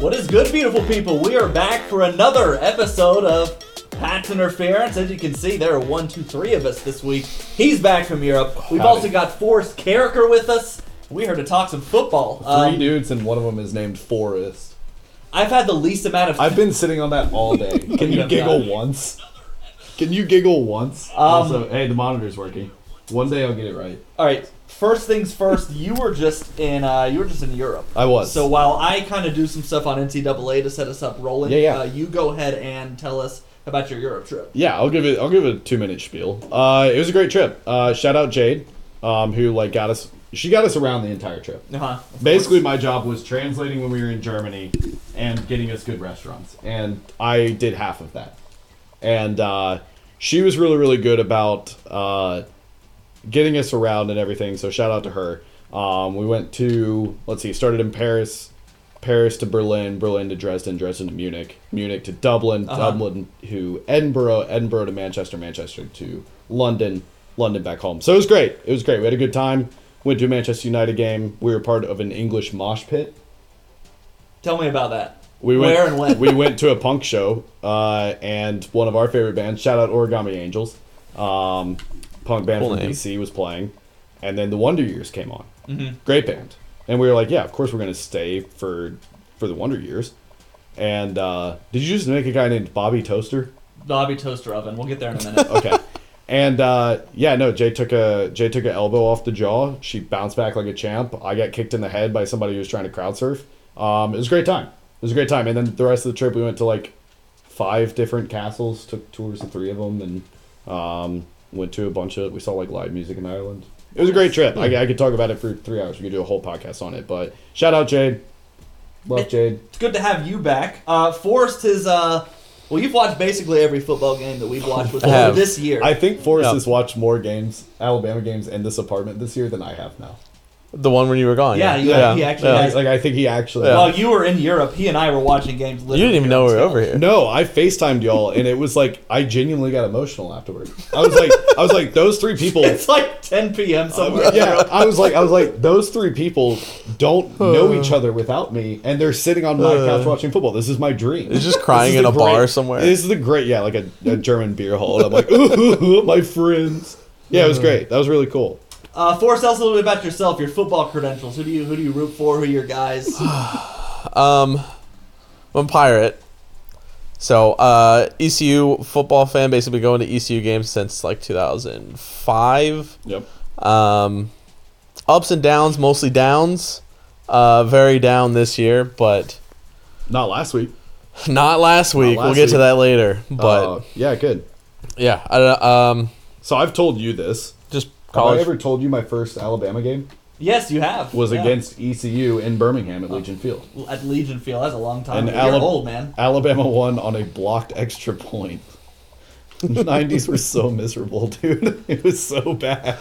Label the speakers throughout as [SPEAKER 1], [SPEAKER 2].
[SPEAKER 1] What is good, beautiful people? We are back for another episode of Pat's Interference. As you can see, there are one, two, three of us this week. He's back from Europe. We've
[SPEAKER 2] Howdy.
[SPEAKER 1] also got Forrest Carricker with us. We're here to talk some football.
[SPEAKER 2] Three
[SPEAKER 1] Um,
[SPEAKER 2] dudes and one of them is named Forrest.
[SPEAKER 1] I've had the least amount of.
[SPEAKER 2] I've been sitting on that all day. Can
[SPEAKER 1] You
[SPEAKER 2] you
[SPEAKER 1] have
[SPEAKER 2] giggle
[SPEAKER 1] not.
[SPEAKER 2] once? Can you giggle once?
[SPEAKER 1] Um,
[SPEAKER 3] also, hey, the monitor's working.
[SPEAKER 2] One day I'll get it right.
[SPEAKER 1] All right. First things first. You were just in. Uh, you were just in Europe.
[SPEAKER 2] I was.
[SPEAKER 1] So while I kind of do some stuff on NCAA to set us up rolling,
[SPEAKER 2] Yeah, yeah.
[SPEAKER 1] Uh, you go ahead and tell us about your Europe trip.
[SPEAKER 2] Yeah, I'll give it. I'll give it a two minute spiel. Uh, it was a great trip. Uh, shout out Jade, um, who like got us. She got us around the entire trip.
[SPEAKER 1] Uh-huh.
[SPEAKER 3] Basically, my job was translating when we were in Germany and getting us good restaurants.
[SPEAKER 2] and I did half of that. And uh, she was really, really good about uh, getting us around and everything. So shout out to her. Um, we went to let's see, started in Paris, Paris to Berlin, Berlin to Dresden, Dresden to Munich, Munich to Dublin,
[SPEAKER 1] Uh-huh.
[SPEAKER 2] Dublin to Edinburgh, Edinburgh to Manchester, Manchester to London, London back home. So it was great. It was great. We had a good time. Went to a Manchester United game. We were part of an English mosh pit.
[SPEAKER 1] Tell me about that.
[SPEAKER 2] We went,
[SPEAKER 1] Where and when?
[SPEAKER 2] we went to a punk show, uh, and one of our favorite bands, shout out Origami Angels, um, punk band
[SPEAKER 4] Cool
[SPEAKER 2] from
[SPEAKER 4] name.
[SPEAKER 2] DC was playing, and then the Wonder Years came on.
[SPEAKER 1] Mm-hmm.
[SPEAKER 2] Great band, and we were like, yeah, of course we're gonna stay for for the Wonder Years. And uh, did you just make a guy named Bobby Toaster?
[SPEAKER 1] Bobby Toaster Oven. We'll get there in a minute.
[SPEAKER 2] Okay. And uh, yeah, no. Jay took a Jay took an elbow off the jaw. She bounced back like a champ. I got kicked in the head by somebody who was trying to crowd surf. Um, it was a great time. It was a great time. And then the rest of the trip, we went to like five different castles. Took tours of three of them, and um, went to a bunch of. We saw like live music in Ireland. It was a great trip. I, I could talk about it for three hours. We could do a whole podcast on it. But shout out Jade. Love Jade.
[SPEAKER 1] it's good to have you back. Uh, Forrest is. Uh, well, you've watched basically every football game that we've watched with
[SPEAKER 4] I have.
[SPEAKER 1] this year.
[SPEAKER 2] I think Forrest
[SPEAKER 4] Yeah.
[SPEAKER 2] has watched more games, Alabama games, in this apartment this year than I have now.
[SPEAKER 4] The one when you were gone.
[SPEAKER 1] Yeah, you- he actually
[SPEAKER 2] Yeah,
[SPEAKER 1] Yeah.
[SPEAKER 2] he's like I think he actually.
[SPEAKER 1] While you were in Europe, he and I were watching games.
[SPEAKER 4] You didn't even know we were over here.
[SPEAKER 2] No, I Facetimed y'all, and it was like I genuinely got emotional afterward. I was like, I was like, those three people.
[SPEAKER 1] It's like 10 p.m.
[SPEAKER 4] Oh,
[SPEAKER 1] somewhere.
[SPEAKER 2] Yeah, I was like, I was like, those three people don't know each other without me, and they're sitting on my couch watching football. This is my dream.
[SPEAKER 4] It's just
[SPEAKER 2] This
[SPEAKER 4] crying
[SPEAKER 2] is
[SPEAKER 4] in
[SPEAKER 2] the
[SPEAKER 4] a bar
[SPEAKER 2] great-
[SPEAKER 4] somewhere.
[SPEAKER 2] This is the great, yeah, like a, a German beer hall. And I'm like, ooh, my friends. Yeah, it was great. That was really cool.
[SPEAKER 1] Uh, Forrest, tell us a little bit about yourself, your football credentials. Who do you who do you root for? Who are your guys?
[SPEAKER 4] Um, I'm a pirate. So, uh, ECU football fan, basically going to ECU games since like 2005.
[SPEAKER 2] Yep.
[SPEAKER 4] Um, ups and downs, mostly downs. Uh, very down this year, but
[SPEAKER 2] Not last week,
[SPEAKER 4] not last week. we'll
[SPEAKER 2] last
[SPEAKER 4] get to
[SPEAKER 2] week.
[SPEAKER 4] that later. But
[SPEAKER 2] Uh, yeah, good.
[SPEAKER 4] yeah, I, don't- um,
[SPEAKER 2] So I've told you this.
[SPEAKER 4] just
[SPEAKER 2] Have
[SPEAKER 4] college.
[SPEAKER 2] I ever told you my first Alabama game
[SPEAKER 1] yes, you have.
[SPEAKER 2] was
[SPEAKER 1] Yeah.
[SPEAKER 2] against ECU in Birmingham at Legion Field?
[SPEAKER 1] at Legion Field. That's a long time.
[SPEAKER 2] And
[SPEAKER 1] ago.
[SPEAKER 2] Alab-
[SPEAKER 1] You're old man.
[SPEAKER 2] Alabama won on a blocked extra point. Nineties were so miserable, dude. It was so bad.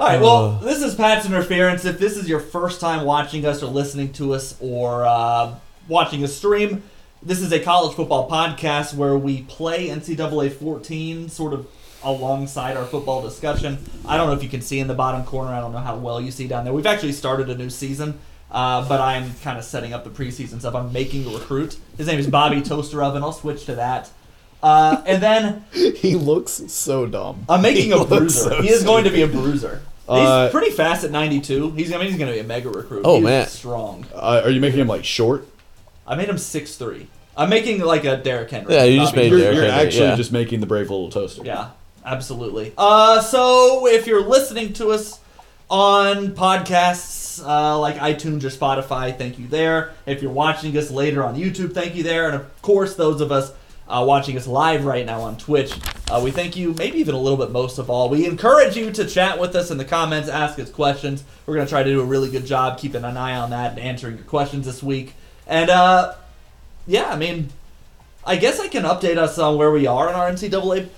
[SPEAKER 1] All right. Well, this is Pat's interference. If this is your first time watching us or listening to us or uh, watching a stream, this is a college football podcast where we play NCAA 14 sort of alongside our football discussion. I don't know if you can see in the bottom corner. I don't know how well you see down there. We've actually started a new season. Uh, but I'm kind of setting up the preseason stuff. I'm making a recruit. His name is Bobby Toaster Oven. I'll switch to that. Uh, and then
[SPEAKER 2] He looks so dumb.
[SPEAKER 1] I'm making
[SPEAKER 2] He
[SPEAKER 1] a
[SPEAKER 2] looks
[SPEAKER 1] bruiser.
[SPEAKER 2] so
[SPEAKER 1] he is going to be a bruiser. He's
[SPEAKER 2] Uh,
[SPEAKER 1] pretty fast at 92. He's I mean he's going to be a mega recruit.
[SPEAKER 4] Oh,
[SPEAKER 1] He's
[SPEAKER 4] man.
[SPEAKER 1] strong.
[SPEAKER 2] Uh, are you making him like short?
[SPEAKER 1] I made him 6'3". I'm making like a Derrick Henry.
[SPEAKER 4] Yeah, you just
[SPEAKER 1] Bobby.
[SPEAKER 4] made
[SPEAKER 2] You're,
[SPEAKER 4] Derrick
[SPEAKER 2] you're
[SPEAKER 4] Henry,
[SPEAKER 2] actually
[SPEAKER 4] yeah.
[SPEAKER 2] just making the brave little toaster.
[SPEAKER 1] Yeah, absolutely. Uh, so if you're listening to us on podcasts uh, like iTunes or Spotify, thank you there. If you're watching us later on YouTube, thank you there. And of course, those of us uh, watching us live right now on Twitch, uh, we thank you, maybe even a little bit most of all. We encourage you to chat with us in the comments, ask us questions. We're going to try to do a really good job keeping an eye on that and answering your questions this week. And uh, yeah, I mean, I guess I can update us on where we are in our NCAA.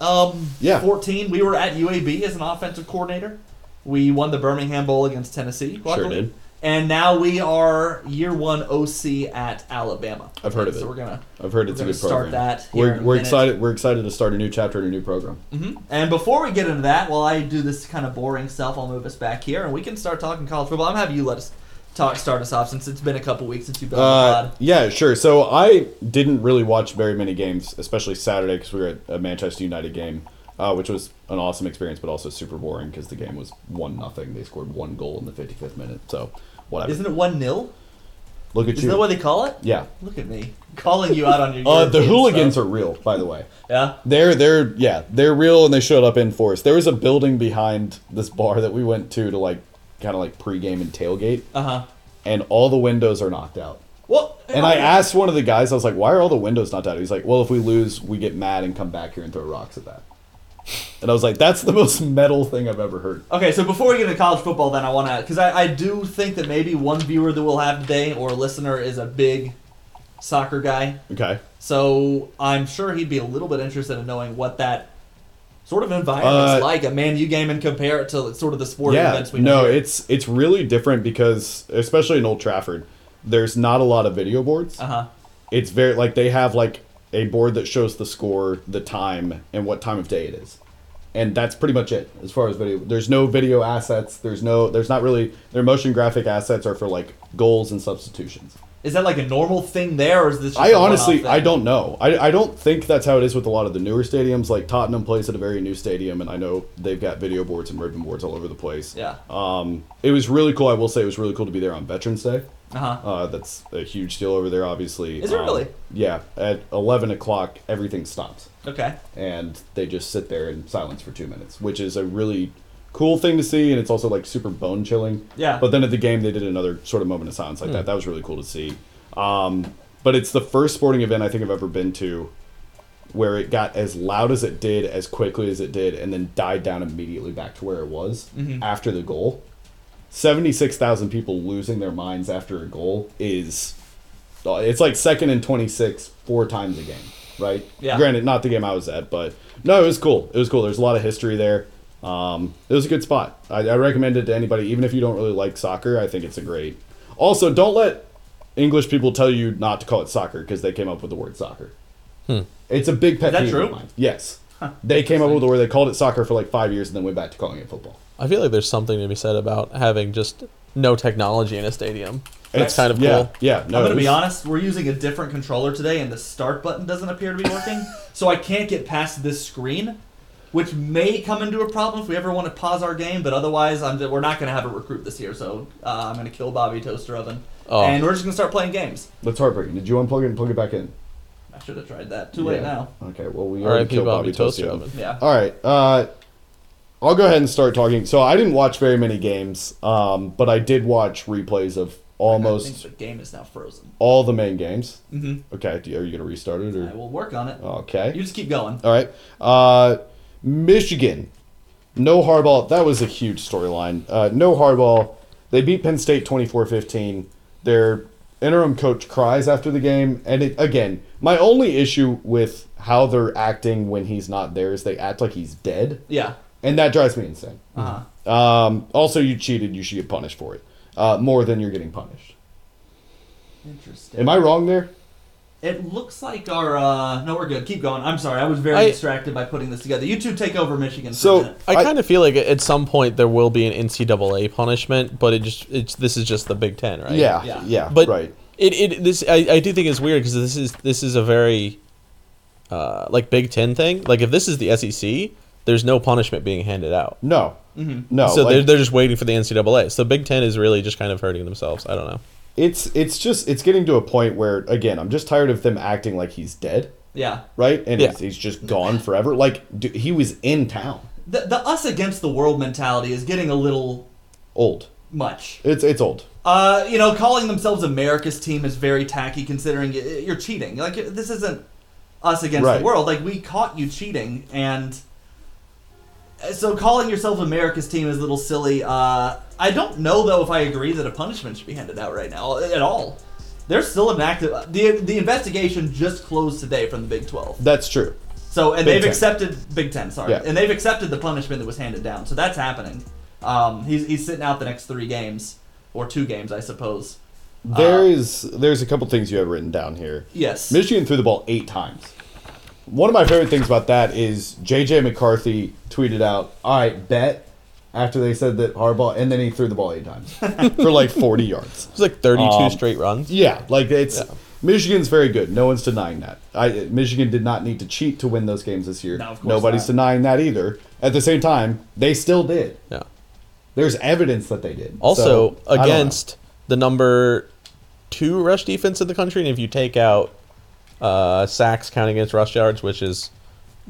[SPEAKER 1] Um,
[SPEAKER 2] Yeah.
[SPEAKER 1] 14. We were at UAB as an offensive coordinator. We won the Birmingham Bowl against Tennessee. luckily.
[SPEAKER 2] did.
[SPEAKER 1] And now we are year one OC at Alabama.
[SPEAKER 2] I've heard of
[SPEAKER 1] So
[SPEAKER 2] it.
[SPEAKER 1] we're gonna.
[SPEAKER 2] I've heard
[SPEAKER 1] We're
[SPEAKER 2] it's a
[SPEAKER 1] gonna
[SPEAKER 2] good
[SPEAKER 1] start
[SPEAKER 2] program.
[SPEAKER 1] that here in
[SPEAKER 2] we're
[SPEAKER 1] a
[SPEAKER 2] we're
[SPEAKER 1] minute.
[SPEAKER 2] excited. We're excited to start a new chapter in a new program.
[SPEAKER 1] mm-hmm. And before we get into that, while I do this kind of boring stuff, I'll move us back here and we can start talking college football. I'm gonna have you let us talk start us off since it's been a couple weeks since you've been on the
[SPEAKER 2] Uh,
[SPEAKER 1] pod.
[SPEAKER 2] yeah, sure. So I didn't really watch very many games, especially Saturday, because we were at a Manchester United game, uh, which was an awesome experience, but also super boring because the game was one nothing. They scored one goal in the 55th minute, so whatever.
[SPEAKER 1] Isn't it one 0
[SPEAKER 2] Look at
[SPEAKER 1] Isn't
[SPEAKER 2] you.
[SPEAKER 1] that what they call it?
[SPEAKER 2] yeah.
[SPEAKER 1] Look at me calling you out on your.
[SPEAKER 2] Uh, the
[SPEAKER 1] European
[SPEAKER 2] hooligans
[SPEAKER 1] stuff.
[SPEAKER 2] are real, by the way.
[SPEAKER 1] Yeah.
[SPEAKER 2] They're they're yeah they're real and they showed up in force. There was a building behind this bar that we went to to like kind of like pregame and tailgate,
[SPEAKER 1] Uh huh.
[SPEAKER 2] and all the windows are knocked out.
[SPEAKER 1] Well,
[SPEAKER 2] And I asked one of the guys, I was like, "Why are all the windows knocked out?" He's like, "Well, if we lose, we get mad and come back here and throw rocks at that." And I was like, "That's the most metal thing I've ever heard."
[SPEAKER 1] Okay, so before we get into college football, then I want to, because I, I do think that maybe one viewer that we'll have today or a listener is a big soccer guy.
[SPEAKER 2] Okay.
[SPEAKER 1] So I'm sure he'd be a little bit interested in knowing what that sort of environment's
[SPEAKER 2] Uh,
[SPEAKER 1] like, a Man U game, and compare it to sort of the sporting
[SPEAKER 2] Yeah.
[SPEAKER 1] events we know.
[SPEAKER 2] No,
[SPEAKER 1] here.
[SPEAKER 2] it's it's really different because especially in Old Trafford, there's not a lot of video boards.
[SPEAKER 1] Uh-huh.
[SPEAKER 2] it's very like they have like a board that shows the score, the time, and what time of day it is, and that's pretty much it as far as video. There's no video assets. There's no. There's not really. Their motion graphic assets are for like goals and substitutions.
[SPEAKER 1] Is that like a normal thing there, or is this just
[SPEAKER 2] I
[SPEAKER 1] a one-off
[SPEAKER 2] honestly,
[SPEAKER 1] thing?
[SPEAKER 2] I don't know. I, I don't think that's how it is with a lot of the newer stadiums. Like Tottenham plays at a very new stadium, and I know they've got video boards and ribbon boards all over the place.
[SPEAKER 1] Yeah.
[SPEAKER 2] Um, it was really cool. I will say it was really cool to be there on Veterans Day.
[SPEAKER 1] Uh-huh.
[SPEAKER 2] Uh, that's a huge deal over there, obviously.
[SPEAKER 1] Is it
[SPEAKER 2] Um,
[SPEAKER 1] really?
[SPEAKER 2] Yeah. At 11 o'clock, everything stops.
[SPEAKER 1] Okay.
[SPEAKER 2] And they just sit there in silence for two minutes, which is a really cool thing to see. And it's also like super bone chilling.
[SPEAKER 1] Yeah.
[SPEAKER 2] But then at the game, they did another sort of moment of silence like that. That was really cool to see. Um, but it's the first sporting event I think I've ever been to where it got as loud as it did, as quickly as it did, and then died down immediately back to where it was after the goal. 76,000 people losing their minds after a goal is uh, it's like second and 26 four times a game, right?
[SPEAKER 1] Yeah.
[SPEAKER 2] Granted, not the game I was at, but no, it was cool. It was cool. There's a lot of history there. Um, it was a good spot. I, I recommend it to anybody, even if you don't really like soccer. I think it's a great. Also, don't let English people tell you not to call it soccer because they came up with the word soccer.
[SPEAKER 4] Hmm.
[SPEAKER 2] It's a big pet
[SPEAKER 1] Is that
[SPEAKER 2] peeve
[SPEAKER 1] true?
[SPEAKER 2] of mine. Yes. They came up with the word. They called it soccer for like five years and then went back to calling it football.
[SPEAKER 4] I feel like there's something to be said about having just no technology in a stadium. That's kind of
[SPEAKER 2] yeah,
[SPEAKER 4] cool.
[SPEAKER 2] Yeah. No,
[SPEAKER 1] I'm gonna
[SPEAKER 2] it
[SPEAKER 1] be
[SPEAKER 2] was-
[SPEAKER 1] honest. We're using a different controller today, and the start button doesn't appear to be working, so I can't get past this screen, which may come into a problem if we ever want to pause our game. But otherwise, I'm we're not gonna have a recruit this year, so uh, I'm gonna kill Bobby Toaster Oven,
[SPEAKER 4] Oh.
[SPEAKER 1] and we're just gonna start playing games.
[SPEAKER 2] That's heartbreaking. Did you unplug it and plug it back in?
[SPEAKER 1] I should have tried that. Too late
[SPEAKER 2] Yeah.
[SPEAKER 1] now.
[SPEAKER 2] Okay. Well, we already
[SPEAKER 4] R.I.P.
[SPEAKER 2] killed Bobby,
[SPEAKER 4] Bobby Toaster
[SPEAKER 2] Toaster.
[SPEAKER 4] Oven.
[SPEAKER 1] Yeah.
[SPEAKER 2] All right. Uh, I'll go ahead and start talking. So I didn't watch very many games, um, but I did watch replays of
[SPEAKER 1] I think
[SPEAKER 2] almost
[SPEAKER 1] the game is now frozen.
[SPEAKER 2] all the main games.
[SPEAKER 1] hmm
[SPEAKER 2] Okay. do you- Are you gonna restart it
[SPEAKER 1] I
[SPEAKER 2] or?
[SPEAKER 1] will work on it.
[SPEAKER 2] Okay.
[SPEAKER 1] You just keep going.
[SPEAKER 2] All right. Uh, Michigan. No Harbaugh. That was a huge storyline. Uh, no Harbaugh. They beat Penn State 24 15. Their interim coach cries after the game. And it, again, my only issue with how they're acting when he's not there is they act like he's dead.
[SPEAKER 1] Yeah.
[SPEAKER 2] And that drives me insane.
[SPEAKER 1] Uh-huh.
[SPEAKER 2] Um, also, you cheated. You should get punished for it uh, more than you're getting punished.
[SPEAKER 1] Interesting.
[SPEAKER 2] Am I wrong there?
[SPEAKER 1] It looks like our uh no, we're good. Keep going. I'm sorry, I was very
[SPEAKER 4] I-
[SPEAKER 1] distracted by putting this together. You two take over Michigan. For
[SPEAKER 2] So-
[SPEAKER 1] a minute.
[SPEAKER 4] I
[SPEAKER 2] I-
[SPEAKER 4] kind of feel like at some point there will be an NCAA punishment, but it just it's this is just the Big Ten, right?
[SPEAKER 2] Yeah.
[SPEAKER 1] Yeah.
[SPEAKER 2] Yeah.
[SPEAKER 4] but
[SPEAKER 2] right.
[SPEAKER 4] It, it this I, I do think it's weird because this is this is a very uh, like Big Ten thing. Like if this is the SEC, there's no punishment being handed out.
[SPEAKER 2] No. No.
[SPEAKER 4] so
[SPEAKER 2] like-
[SPEAKER 4] they're, they're just waiting for the NCAA. So Big Ten is really just kind of hurting themselves. I don't know.
[SPEAKER 2] it's it's just it's getting to a point where again i'm just tired of them acting like he's dead
[SPEAKER 1] yeah,
[SPEAKER 2] right and
[SPEAKER 4] Yeah.
[SPEAKER 2] he's, he's just gone forever like d he was in town
[SPEAKER 1] the, the us against the world mentality is getting a little
[SPEAKER 2] old
[SPEAKER 1] much.
[SPEAKER 2] it's it's old
[SPEAKER 1] Uh, you know, calling themselves America's team is very tacky, considering y- you're cheating. Like this isn't us against
[SPEAKER 2] Right.
[SPEAKER 1] the world. Like we caught you cheating, and uh, so calling yourself America's team is a little silly. Uh, I don't know though if I agree that a punishment should be handed out right now at all. There's still an active the the investigation just closed today from the Big Twelve.
[SPEAKER 2] that's true
[SPEAKER 1] So and
[SPEAKER 2] Big
[SPEAKER 1] they've
[SPEAKER 2] Ten.
[SPEAKER 1] accepted Big Ten, sorry,
[SPEAKER 2] Yeah.
[SPEAKER 1] and they've accepted the punishment that was handed down. So that's happening. Um, he's he's sitting out the next three games or two games, I suppose.
[SPEAKER 2] there is there's a couple things you have written down here
[SPEAKER 1] Yes.
[SPEAKER 2] michigan threw the ball eight times one of my favorite things about that is jj mccarthy tweeted out all right bet after they said that Harbaugh, and then he threw the ball eight times for like 40 yards.
[SPEAKER 4] It's like 32
[SPEAKER 2] Um,
[SPEAKER 4] straight runs.
[SPEAKER 2] Yeah, like it's Michigan's very good. No one's denying that. I Michigan did not need to cheat to win those games this year.
[SPEAKER 1] No, of course
[SPEAKER 2] Nobody's
[SPEAKER 1] not.
[SPEAKER 2] denying that either. At the same time, they still did.
[SPEAKER 4] Yeah.
[SPEAKER 2] There's evidence that they did.
[SPEAKER 4] Also,
[SPEAKER 2] So, I don't know.
[SPEAKER 4] against the number two rush defense in the country, and if you take out uh, sacks counting against rush yards, which is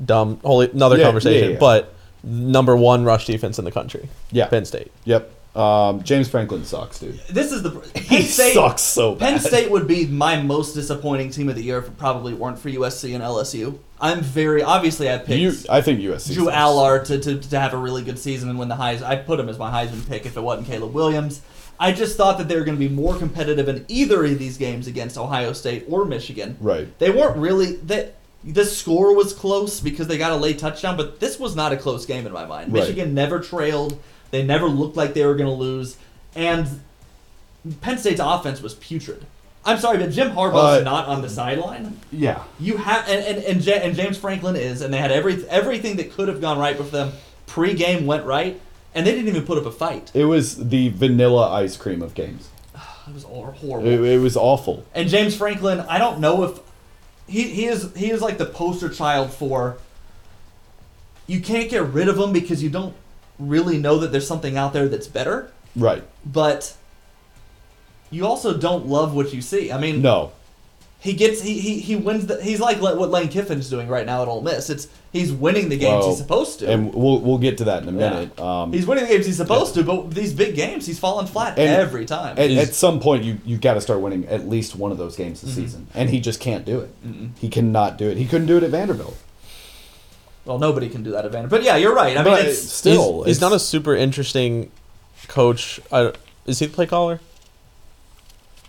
[SPEAKER 4] dumb, wholly another
[SPEAKER 2] Yeah,
[SPEAKER 4] conversation,
[SPEAKER 2] yeah, yeah.
[SPEAKER 4] but number one rush defense in the country,
[SPEAKER 2] Yeah.
[SPEAKER 4] Penn State.
[SPEAKER 2] Yep. Um, James Franklin sucks, dude.
[SPEAKER 1] This is the Penn
[SPEAKER 2] He
[SPEAKER 1] State.
[SPEAKER 2] sucks so bad.
[SPEAKER 1] Penn State would be my most disappointing team of the year if it probably weren't for USC and LSU. I'm very obviously I picked
[SPEAKER 2] You, I think USC.
[SPEAKER 1] Drew
[SPEAKER 2] sucks.
[SPEAKER 1] Allard to, to, to have a really good season and win the Heisman. I put him as my Heisman pick if it wasn't Caleb Williams. I just thought that they were going to be more competitive in either of these games against Ohio State or Michigan.
[SPEAKER 2] Right.
[SPEAKER 1] They weren't really that. The score was close because they got a late touchdown, but this was not a close game in my mind.
[SPEAKER 2] Right.
[SPEAKER 1] Michigan never trailed. They never looked like they were going to lose, and Penn State's offense was putrid. I'm sorry, but Jim Harbaugh's
[SPEAKER 2] Uh,
[SPEAKER 1] not on the sideline.
[SPEAKER 2] Yeah.
[SPEAKER 1] You have and and and, ja- and James Franklin is, and they had every everything that could have gone right for them. Pre-game went right, and they didn't even put up a fight.
[SPEAKER 2] It was the vanilla ice cream of games.
[SPEAKER 1] It was all horrible.
[SPEAKER 2] It, it was awful.
[SPEAKER 1] And James Franklin, I don't know if he, he is he is like the poster child for you can't get rid of him because you don't really know that there's something out there that's better,
[SPEAKER 2] Right.
[SPEAKER 1] but you also don't love what you see. I mean,
[SPEAKER 2] No.
[SPEAKER 1] he gets he, he he wins the he's like what Lane Kiffin's doing right now at Ole Miss. It's he's winning the games
[SPEAKER 2] Well,
[SPEAKER 1] he's supposed to.
[SPEAKER 2] Oh. And we'll we'll get to that in a
[SPEAKER 1] Yeah.
[SPEAKER 2] minute. Um,
[SPEAKER 1] he's winning the games he's supposed to, but these big games he's falling flat
[SPEAKER 2] And-
[SPEAKER 1] every time.
[SPEAKER 2] at,
[SPEAKER 4] Is-
[SPEAKER 2] at some point you you got to start winning at least one of those games this
[SPEAKER 1] Mm-hmm.
[SPEAKER 2] season and he just can't do it he cannot do it he couldn't do it at vanderbilt
[SPEAKER 1] well, nobody can do that at Vanderbilt. But yeah, you're right. I mean,
[SPEAKER 2] but
[SPEAKER 1] it's
[SPEAKER 2] still
[SPEAKER 4] he's, he's
[SPEAKER 2] it's-
[SPEAKER 4] not a super interesting coach. I, is he the play caller?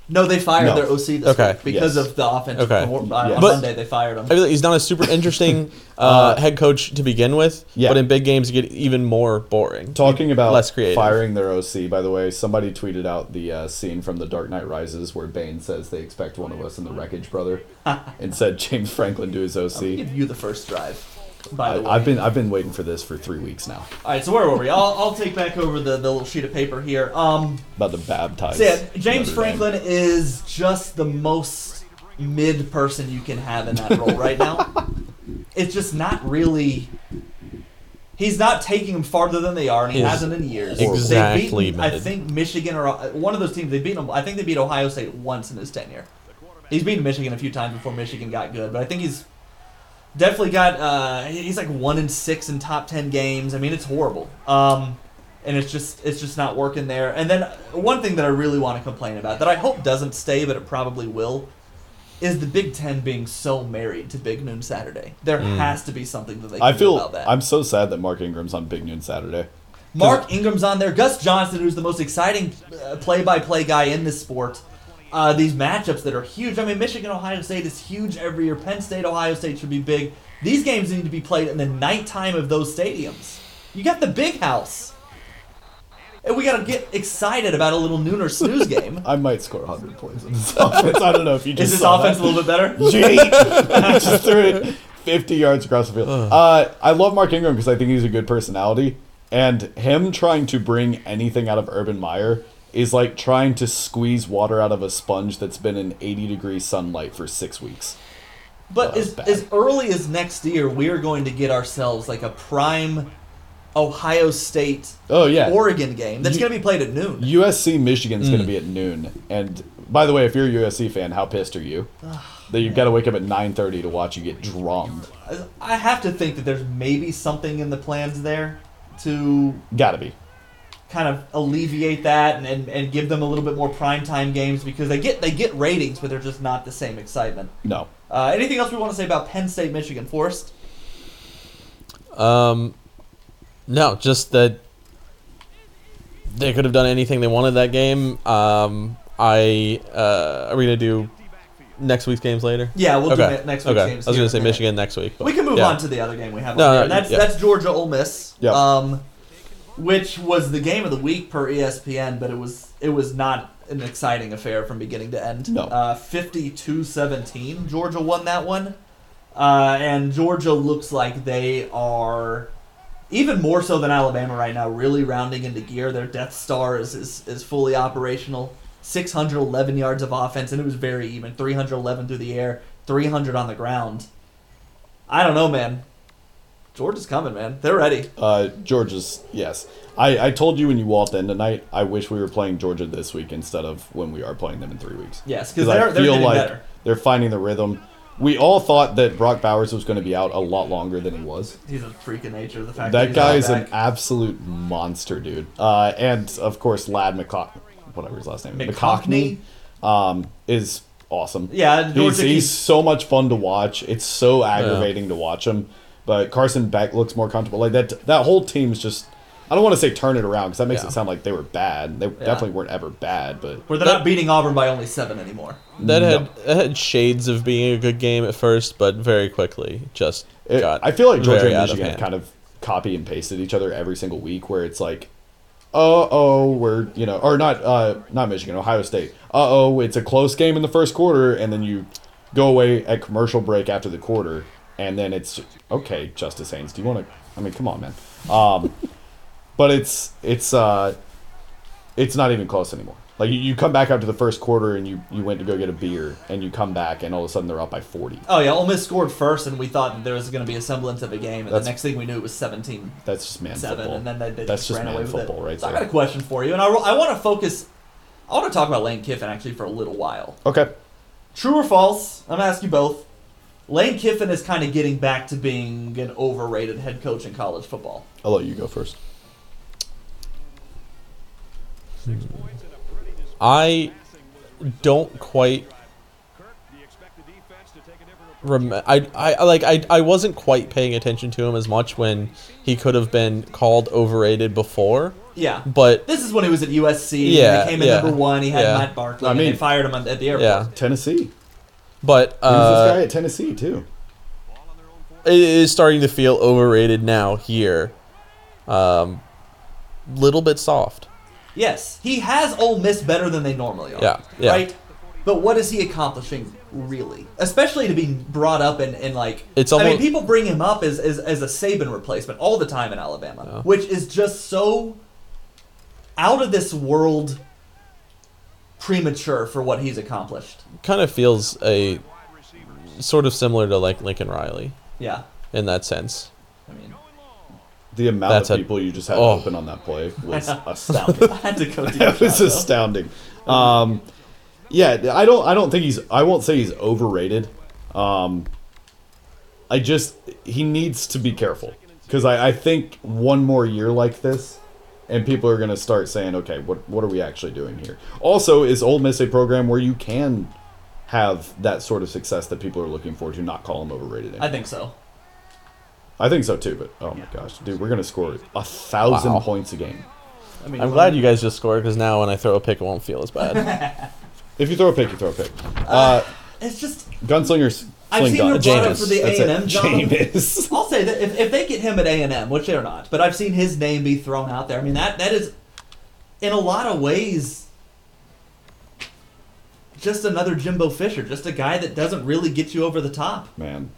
[SPEAKER 1] No, they fired
[SPEAKER 2] No.
[SPEAKER 1] their OC this
[SPEAKER 4] Okay.
[SPEAKER 1] week because
[SPEAKER 2] Yes.
[SPEAKER 1] of the offense.
[SPEAKER 4] Okay.
[SPEAKER 1] On
[SPEAKER 2] Yes.
[SPEAKER 4] But-
[SPEAKER 1] Monday, they fired him.
[SPEAKER 4] I feel like he's not a super interesting uh, head coach to begin with,
[SPEAKER 2] Yeah.
[SPEAKER 4] but in big games, you get even more boring.
[SPEAKER 2] talking about
[SPEAKER 4] less creative.
[SPEAKER 2] firing their oc by the way somebody tweeted out the uh, scene from the dark knight rises where bane says they expect one of us in the wreckage brother and said james franklin to his oc
[SPEAKER 1] Give you the first drive. By the
[SPEAKER 2] I,
[SPEAKER 1] way,
[SPEAKER 2] i've been i've been waiting for this for three weeks now
[SPEAKER 1] all right. So where were we? I'll, I'll take back over the, the little sheet of paper here. Um,
[SPEAKER 2] about to baptize
[SPEAKER 1] so yeah, uh, James
[SPEAKER 2] Notre Dame.
[SPEAKER 1] Franklin is just the most mid person you can have in that role right now. It's just not really. He's not taking them farther than they are, and he
[SPEAKER 4] He's
[SPEAKER 1] hasn't in years.
[SPEAKER 4] exactly
[SPEAKER 1] They've beaten, I
[SPEAKER 4] mid.
[SPEAKER 1] think Michigan or uh, one of those teams. They beat them. I think they beat Ohio State once in his tenure. He's beaten Michigan a few times before Michigan got good, but I think he's definitely got. Uh, he's like one in six in top ten games. I mean, it's horrible. Um, and it's just it's just not working there. And then uh, one thing that I really want to complain about that I hope doesn't stay, but it probably will, is the Big Ten being so married to Big Noon Saturday. There has to be something that they can
[SPEAKER 2] Mm. i
[SPEAKER 1] do
[SPEAKER 2] feel
[SPEAKER 1] about that.
[SPEAKER 2] i'm so sad that mark ingram's on big noon saturday
[SPEAKER 1] Mark Ingram's on there. Gus Johnson, who's the most exciting uh, play-by-play guy in this sport. Uh, these matchups that are huge. I mean, Michigan Ohio State is huge every year. Penn State Ohio State should be big. These games need to be played in the nighttime of those stadiums. You got the big house, and we got to get excited about a little nooner snooze game.
[SPEAKER 2] I might score 100 points on this offense. I don't know if you
[SPEAKER 1] is
[SPEAKER 2] just
[SPEAKER 1] this
[SPEAKER 2] saw
[SPEAKER 1] offense a
[SPEAKER 2] that.
[SPEAKER 1] little bit better?
[SPEAKER 2] Yeet! just threw it 50 yards across the field. Uh, I love Mark Ingram because I think he's a good personality, and him trying to bring anything out of Urban Meyer is like trying to squeeze water out of a sponge that's been in 80 degree sunlight for six weeks.
[SPEAKER 1] But
[SPEAKER 2] That
[SPEAKER 1] as,
[SPEAKER 2] was bad.
[SPEAKER 1] as early as next year, we are going to get ourselves like a prime Ohio State
[SPEAKER 2] Oh yeah,
[SPEAKER 1] Oregon game that's
[SPEAKER 2] You-
[SPEAKER 1] going to be played at noon.
[SPEAKER 2] USC Michigan's going to be at noon. And by the way, if you're a USC fan, how pissed are you that you've got to wake up at 9:30 to watch you get drummed?
[SPEAKER 1] I have to think that there's maybe something in the plans there to
[SPEAKER 2] Got to be.
[SPEAKER 1] kind of alleviate that and, and, and give them a little bit more primetime games because they get they get ratings, but they're just not the same excitement.
[SPEAKER 2] No.
[SPEAKER 1] Uh, anything else we want to say about Penn State, Michigan, Forest?
[SPEAKER 4] Um, no, just that they could have done anything they wanted that game. Um, I uh, are we gonna do next week's games later?
[SPEAKER 1] Yeah, we'll
[SPEAKER 4] okay.
[SPEAKER 1] do ne- next week's
[SPEAKER 4] okay.
[SPEAKER 1] games.
[SPEAKER 4] I
[SPEAKER 1] here
[SPEAKER 4] was
[SPEAKER 1] in
[SPEAKER 4] gonna
[SPEAKER 1] a
[SPEAKER 4] say
[SPEAKER 1] minute.
[SPEAKER 4] Michigan next week. but-
[SPEAKER 1] We can move
[SPEAKER 4] yeah.
[SPEAKER 1] on to the other game we have.
[SPEAKER 4] No,
[SPEAKER 1] on here.
[SPEAKER 4] no,
[SPEAKER 1] and that's
[SPEAKER 4] yeah.
[SPEAKER 1] that's Georgia Ole Miss.
[SPEAKER 2] Yeah.
[SPEAKER 1] Um, which was the game of the week per E ESPN, but it was it was not an exciting affair from beginning to end.
[SPEAKER 2] No.
[SPEAKER 1] Uh, 52-17, Georgia won that one. Uh, and Georgia looks like they are even more so than Alabama right now, really rounding into gear. Their Death Star is, is, is fully operational. 611 yards of offense, and it was very even 311 through the air, 300 on the ground. I don't know, man. Georgia's coming, man. They're ready.
[SPEAKER 2] Uh, Georgia's yes. I, I told you when you walked in tonight. I wish we were playing Georgia this week instead of when we are playing them in three weeks.
[SPEAKER 1] Yes, because they're, they're getting better.
[SPEAKER 2] they're finding the rhythm. We all thought that Brock Bowers was going to be out a lot longer than he was.
[SPEAKER 1] He's a freak of nature. The fact that,
[SPEAKER 2] That
[SPEAKER 1] he's not
[SPEAKER 2] guy is an
[SPEAKER 1] back.
[SPEAKER 2] absolute monster, dude. Uh, and of course, Lad McCock, whatever his last name, is,
[SPEAKER 1] McCockney?
[SPEAKER 2] McCockney, um, is awesome.
[SPEAKER 1] Yeah,
[SPEAKER 2] he's,
[SPEAKER 1] Georgia
[SPEAKER 2] he's
[SPEAKER 1] keeps-
[SPEAKER 2] so much fun to watch. It's so aggravating to watch him. But Carson Beck looks more comfortable. Like that, that whole team's just. I don't want to say turn it around because that makes
[SPEAKER 4] Yeah.
[SPEAKER 2] it sound like they were bad. They definitely weren't ever bad, but
[SPEAKER 1] where they're not beating Auburn by only seven anymore.
[SPEAKER 4] That had that had shades of being a good game at first, but very quickly just
[SPEAKER 2] It-
[SPEAKER 4] got.
[SPEAKER 2] I feel like Georgia
[SPEAKER 4] very
[SPEAKER 2] and
[SPEAKER 4] out of
[SPEAKER 2] Michigan
[SPEAKER 4] hand.
[SPEAKER 2] kind of copy and pasted each other every single week, where it's like, uh oh, we're you know, or not, uh, not Michigan, Ohio State. Uh oh, it's a close game in the first quarter, and then you go away at commercial break after the quarter, and then it's okay, Justice Haynes, do you want to? I mean, come on, man. Um, but it's it's uh, it's not even close anymore. Like you, you come back after the first quarter and you, you went to go get a beer and you come back and all of a sudden they're up by forty.
[SPEAKER 1] Oh yeah, Ole Miss scored first, and we thought that there was going to be a semblance of a game. And the
[SPEAKER 2] That's-
[SPEAKER 1] next thing we knew, it was 17
[SPEAKER 2] That's just man
[SPEAKER 1] seven,
[SPEAKER 2] football.
[SPEAKER 1] and then they, they
[SPEAKER 2] That's
[SPEAKER 1] just
[SPEAKER 2] just
[SPEAKER 1] ran
[SPEAKER 2] man
[SPEAKER 1] away with
[SPEAKER 2] football
[SPEAKER 1] it.
[SPEAKER 2] right
[SPEAKER 1] so I
[SPEAKER 2] there.
[SPEAKER 1] got a question for you, and I, ro- I want to focus. I want to talk about Lane Kiffin actually for a little while.
[SPEAKER 2] Okay.
[SPEAKER 1] True or false? I'm asking you both. Lane Kiffin is kind of getting back to being an overrated head coach in college football.
[SPEAKER 2] I'll let you go first.
[SPEAKER 4] I don't quite rem- I, I I- like I, I wasn't quite paying attention to him as much when he could have been called overrated before,
[SPEAKER 1] Yeah,
[SPEAKER 4] but
[SPEAKER 1] this is when he was at USC.
[SPEAKER 4] Yeah,
[SPEAKER 1] he came in
[SPEAKER 4] yeah,
[SPEAKER 1] number one. He had
[SPEAKER 4] yeah.
[SPEAKER 1] Matt Barkley.
[SPEAKER 2] I
[SPEAKER 1] and
[SPEAKER 2] mean-
[SPEAKER 1] they fired him on- at the airport.
[SPEAKER 4] yeah,
[SPEAKER 2] Tennessee.
[SPEAKER 4] but
[SPEAKER 2] Who's this guy
[SPEAKER 4] uh,
[SPEAKER 2] at Tennessee too?
[SPEAKER 4] it is starting to feel overrated now here, um, little bit soft.
[SPEAKER 1] Yes, he has Ole Miss better than they normally are.
[SPEAKER 4] Yeah, yeah.
[SPEAKER 1] Right. But what is he accomplishing really? Especially to be brought up in, in like
[SPEAKER 4] It's
[SPEAKER 1] I mean
[SPEAKER 4] almost-
[SPEAKER 1] people bring him up as, as, as a Saban replacement all the time in Alabama, which is just so out of this world premature for what he's accomplished.
[SPEAKER 4] Kind of feels a sort of similar to like Lincoln Riley
[SPEAKER 1] Yeah.
[SPEAKER 4] in that sense.
[SPEAKER 1] I mean
[SPEAKER 2] The amount
[SPEAKER 4] That's
[SPEAKER 2] of
[SPEAKER 4] a-
[SPEAKER 2] people you just had
[SPEAKER 4] oh.
[SPEAKER 2] open on that play was
[SPEAKER 1] I know.
[SPEAKER 2] astounding.
[SPEAKER 1] I had to go to
[SPEAKER 2] that was astounding. Um, yeah, I don't. I don't think he's. I won't say he's overrated. Um, I just he needs to be careful because I, I think one more year like this, and people are gonna start saying, okay, what what are we actually doing here? Also, is Ole Miss a program where you can have that sort of success that people are looking for to not call him overrated? anymore?
[SPEAKER 1] I think so.
[SPEAKER 2] I think so too, but oh my gosh, dude, we're gonna score a thousand
[SPEAKER 4] Wow.
[SPEAKER 2] points a game.
[SPEAKER 1] I mean
[SPEAKER 4] I'm glad you guys just scored because now when I throw a pick, it won't feel as bad.
[SPEAKER 2] If you throw a pick, you throw a pick. Uh,
[SPEAKER 1] it's just
[SPEAKER 2] Gunslingers,
[SPEAKER 1] I've
[SPEAKER 2] sling
[SPEAKER 1] seen him
[SPEAKER 2] gun.
[SPEAKER 1] brought up
[SPEAKER 4] Jameis.
[SPEAKER 1] for the
[SPEAKER 2] That's
[SPEAKER 1] A
[SPEAKER 2] it.
[SPEAKER 1] and M job.
[SPEAKER 2] Jameis.
[SPEAKER 1] I'll say that if, if they get him at A and M, which they're not, but I've seen his name be thrown out there. I mean that that is, in a lot of ways, just another Jimbo Fisher, just a guy that doesn't really get you over the top.
[SPEAKER 2] Man,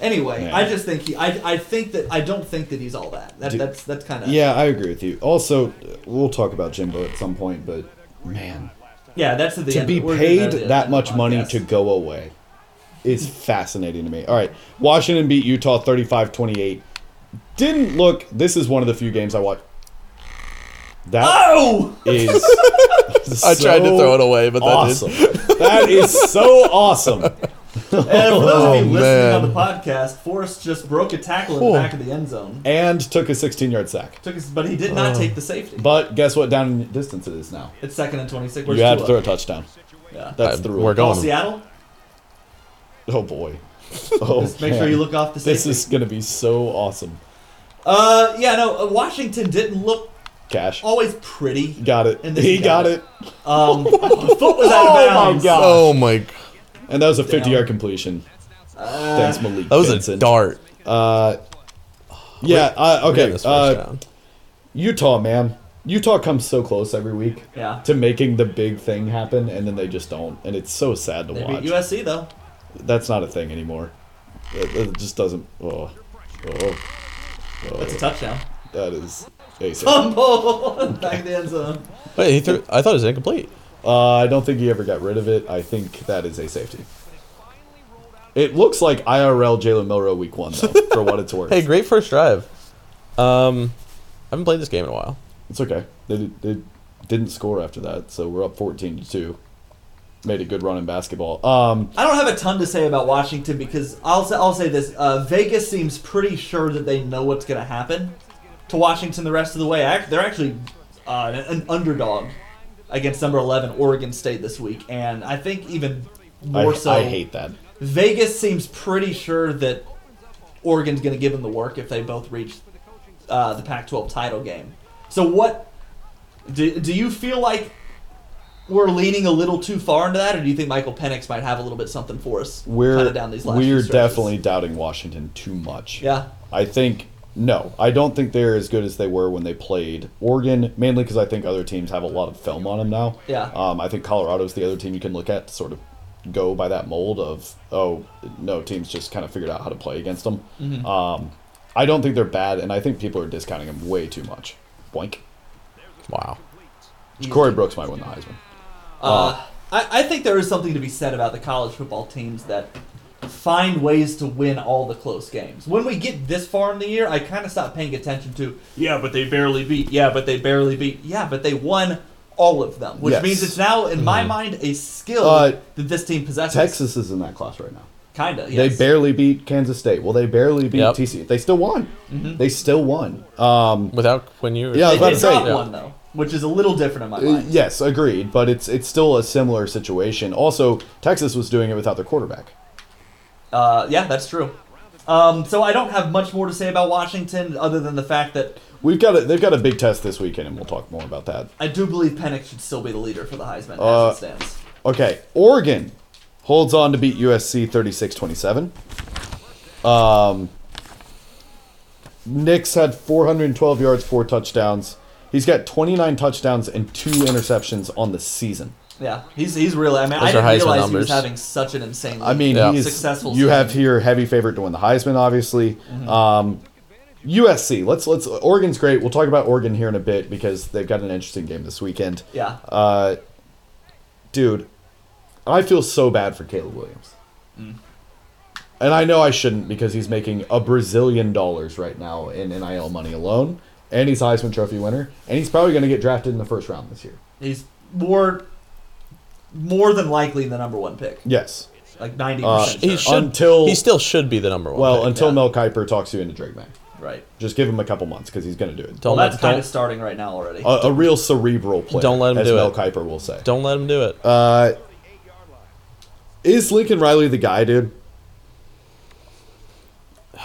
[SPEAKER 1] Anyway,
[SPEAKER 2] Yeah.
[SPEAKER 1] I just think he, I, I think that I don't think that he's all that. that
[SPEAKER 2] Dude.
[SPEAKER 1] that's that's kind of
[SPEAKER 2] yeah, I agree with you. Also, we'll talk about Jimbo at some point, but man,
[SPEAKER 1] yeah. That's the
[SPEAKER 2] to
[SPEAKER 1] end.
[SPEAKER 2] be
[SPEAKER 1] We're gonna
[SPEAKER 2] paid
[SPEAKER 1] end the- end
[SPEAKER 2] that
[SPEAKER 1] the
[SPEAKER 2] much money
[SPEAKER 1] podcast.
[SPEAKER 2] to go away is fascinating to me. All right, Washington beat Utah 35-28. Didn't look. This is one of the few games I watched. That
[SPEAKER 1] Oh,
[SPEAKER 2] is.
[SPEAKER 4] I tried to throw it away, but that
[SPEAKER 2] awesome. that is so awesome.
[SPEAKER 1] and for those of you
[SPEAKER 4] Oh,
[SPEAKER 1] listening on
[SPEAKER 4] man.
[SPEAKER 1] the podcast, Forrest just broke a tackle in
[SPEAKER 2] Oh.
[SPEAKER 4] Cool.
[SPEAKER 1] the back of the end zone.
[SPEAKER 2] and took a 16 yard sack.
[SPEAKER 1] Took his, but he did not take the safety.
[SPEAKER 2] Oh. But guess what down in distance it is now?
[SPEAKER 1] it's second and twenty six.
[SPEAKER 2] you had to throw a touchdown.
[SPEAKER 1] Yeah.
[SPEAKER 2] That's
[SPEAKER 4] Uh,
[SPEAKER 2] the rule.
[SPEAKER 4] we're
[SPEAKER 1] Oh,
[SPEAKER 4] going-
[SPEAKER 1] Seattle.
[SPEAKER 2] Oh boy. Oh,
[SPEAKER 1] Just make sure
[SPEAKER 2] man.
[SPEAKER 1] you look off the
[SPEAKER 2] This
[SPEAKER 1] safety.
[SPEAKER 2] is gonna be so awesome.
[SPEAKER 1] uh, yeah, no. uh, Washington didn't look
[SPEAKER 2] Cash
[SPEAKER 1] always pretty.
[SPEAKER 2] got it.
[SPEAKER 1] And this
[SPEAKER 2] Oh, He
[SPEAKER 1] is
[SPEAKER 2] got
[SPEAKER 1] got
[SPEAKER 2] it.
[SPEAKER 1] Um, foot was out of
[SPEAKER 2] Oh my
[SPEAKER 1] bounds.
[SPEAKER 2] God.
[SPEAKER 4] Oh my!
[SPEAKER 2] and that was a 50
[SPEAKER 1] Down.
[SPEAKER 2] yard completion. Thanks, Malik.
[SPEAKER 4] That was a
[SPEAKER 2] Benson.
[SPEAKER 4] dart.
[SPEAKER 2] Uh, yeah. Uh,
[SPEAKER 4] We're getting
[SPEAKER 2] okay.
[SPEAKER 4] this first
[SPEAKER 2] Uh,
[SPEAKER 4] round.
[SPEAKER 2] Utah, man. Utah comes so close every week
[SPEAKER 1] Yeah.
[SPEAKER 2] to making the big thing happen, and then they just don't, and it's so sad to
[SPEAKER 1] They
[SPEAKER 2] watch.
[SPEAKER 1] beat USC though.
[SPEAKER 2] That's not a thing anymore. It, it just doesn't. Oh, oh.
[SPEAKER 1] That's a touchdown.
[SPEAKER 2] That is ASAP.
[SPEAKER 1] Fumble back in the end zone.
[SPEAKER 4] Wait, he threw. I thought it was incomplete.
[SPEAKER 2] Uh, I don't think he ever got rid of it. I think that is a safety. It looks like IRL Jalen Milrow week one though, for what it's worth.
[SPEAKER 4] Hey, great first drive. Um, I haven't played this game in a while.
[SPEAKER 2] It's okay. They, they didn't score after that, so we're up fourteen to two. Made a good run in basketball. Um,
[SPEAKER 1] I don't have a ton to say about Washington because I'll say, I'll say this: uh, Vegas seems pretty sure that they know what's going to happen to Washington the rest of the way. Act- They're actually uh, an underdog against number eleven Oregon State this week, and I think even
[SPEAKER 2] I,
[SPEAKER 1] more so,
[SPEAKER 2] I hate that.
[SPEAKER 1] Vegas seems pretty sure that Oregon's going to give them the work if they both reach uh, the Pac-12 title game. So what do, do you feel like we're leaning a little too far into that, or do you think Michael Penix might have a little bit something for us?
[SPEAKER 2] We're
[SPEAKER 1] kinda down these last few
[SPEAKER 2] we're
[SPEAKER 1] stretches?
[SPEAKER 2] definitely doubting Washington too much.
[SPEAKER 1] yeah.
[SPEAKER 2] I think no, I don't think they're as good as they were when they played Oregon, mainly because I think other teams have a lot of film on them now.
[SPEAKER 1] Yeah.
[SPEAKER 2] Um, I think Colorado's the other team you can look at to sort of go by that mold of oh no, teams just kind of figured out how to play against them.
[SPEAKER 1] Mm-hmm.
[SPEAKER 2] Um, I don't think they're bad, and I think people are discounting them way too much. Boink.
[SPEAKER 4] Wow.
[SPEAKER 2] Corey Brooks might win the Heisman.
[SPEAKER 1] Uh, I, I think there is something to be said about the college football teams that find ways to win all the close games. When we get this far in the year, I kind of stop paying attention to, yeah, but they barely beat, yeah, but they barely beat, yeah, but they won all of them, which
[SPEAKER 2] Yes. Mm.
[SPEAKER 1] means it's now, in my mind, a skill
[SPEAKER 2] Uh,
[SPEAKER 1] that this team possesses.
[SPEAKER 2] Texas is in that class right now.
[SPEAKER 1] Kind of,
[SPEAKER 2] They barely beat Kansas State. Well, they barely beat
[SPEAKER 4] Yep.
[SPEAKER 2] TC. They still won. They still won. Um,
[SPEAKER 4] Without when you.
[SPEAKER 2] Yeah, I was
[SPEAKER 1] They
[SPEAKER 2] about to
[SPEAKER 1] did
[SPEAKER 2] say,
[SPEAKER 1] drop
[SPEAKER 4] yeah.
[SPEAKER 1] one, though, which is a little different in my
[SPEAKER 2] Uh,
[SPEAKER 1] mind.
[SPEAKER 2] yes, agreed. But it's it's still a similar situation. Also, Texas was doing it without their quarterback.
[SPEAKER 1] Uh, yeah, that's true. Um, so I don't have much more to say about Washington other than the fact that
[SPEAKER 2] We've got a, they've got a big test this weekend, and we'll talk more about that.
[SPEAKER 1] I do believe Penix should still be the leader for the Heisman
[SPEAKER 2] Uh,
[SPEAKER 1] as it stands.
[SPEAKER 2] Okay, Oregon holds on to beat USC 36-27. Um, Nick's had 412 yards, four touchdowns. He's got 29 touchdowns and two interceptions on the season.
[SPEAKER 1] Yeah, he's he's really. I mean, I
[SPEAKER 4] Those are
[SPEAKER 1] didn't
[SPEAKER 4] Heisman
[SPEAKER 1] realize he was
[SPEAKER 4] numbers.
[SPEAKER 1] having such an insane.
[SPEAKER 2] I mean,
[SPEAKER 4] Yeah.
[SPEAKER 2] he is,
[SPEAKER 1] Successful
[SPEAKER 2] You have
[SPEAKER 1] season.
[SPEAKER 2] here heavy favorite to win the Heisman, obviously. Um, USC. Let's let's. Oregon's great. We'll talk about Oregon here in a bit because they've got an interesting game this weekend.
[SPEAKER 1] yeah,
[SPEAKER 2] Uh, dude, I feel so bad for Caleb Williams. And I know I shouldn't because he's making a Brazilian dollars right now in NIL money alone, and he's a Heisman Trophy winner, and he's probably going to get drafted in the first round this year.
[SPEAKER 1] he's more more than likely the number one pick,
[SPEAKER 2] Yes.
[SPEAKER 1] like ninety
[SPEAKER 2] Uh,
[SPEAKER 1] percent.
[SPEAKER 4] He should.
[SPEAKER 2] Until-
[SPEAKER 4] he still should be the number one.
[SPEAKER 2] Well,
[SPEAKER 4] pick.
[SPEAKER 2] until
[SPEAKER 1] yeah.
[SPEAKER 2] Mel Kiper talks you into Drake May.
[SPEAKER 1] right.
[SPEAKER 2] Just give him a couple months because he's going to do it.
[SPEAKER 4] Don't
[SPEAKER 1] Well,
[SPEAKER 4] let-
[SPEAKER 1] that's kind
[SPEAKER 4] don't-
[SPEAKER 1] of starting right now already.
[SPEAKER 2] a, a real cerebral player.
[SPEAKER 4] Don't let him
[SPEAKER 2] as
[SPEAKER 4] do
[SPEAKER 2] Mel
[SPEAKER 4] it.
[SPEAKER 2] Kiper will say.
[SPEAKER 4] don't let him do it.
[SPEAKER 2] Uh, is Lincoln Riley the guy, dude?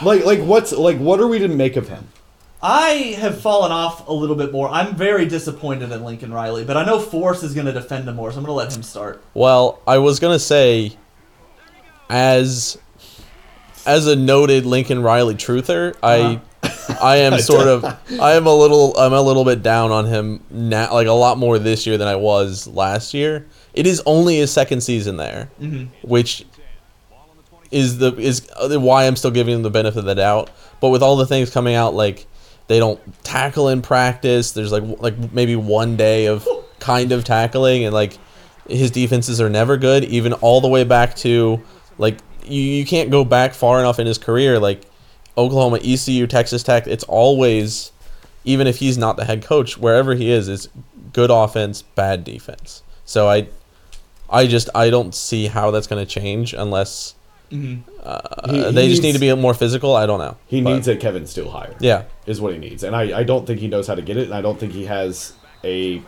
[SPEAKER 2] Like, like what's like? What are we to make of him?
[SPEAKER 1] I have fallen off a little bit more. I'm very disappointed in Lincoln Riley, but I know Force is going to defend him more, so I'm going to let him start.
[SPEAKER 4] Well, I was gonna say, as as a noted Lincoln Riley truther, I I am sort of I am a little I'm a little bit down on him now, like a lot more this year than I was last year. It is only his second season there, which is the is uh, why I'm still giving him the benefit of the doubt. But with all the things coming out, like they don't tackle in practice. There's like like maybe one day of kind of tackling, and like his defenses are never good. Even all the way back to like you, you can't go back far enough in his career. Like Oklahoma, ECU, Texas Tech. It's always even if he's not the head coach, wherever he is, it's good offense, bad defense. So I. I just I don't see how that's going to change unless
[SPEAKER 2] He-
[SPEAKER 4] uh,
[SPEAKER 2] he
[SPEAKER 4] they just need
[SPEAKER 2] needs-
[SPEAKER 4] to be more physical. I don't know.
[SPEAKER 2] He
[SPEAKER 4] But-
[SPEAKER 2] needs a Kevin Steele hire.
[SPEAKER 4] Yeah.
[SPEAKER 2] is what he needs, and I, I don't think he knows how to get it, and I don't think he has a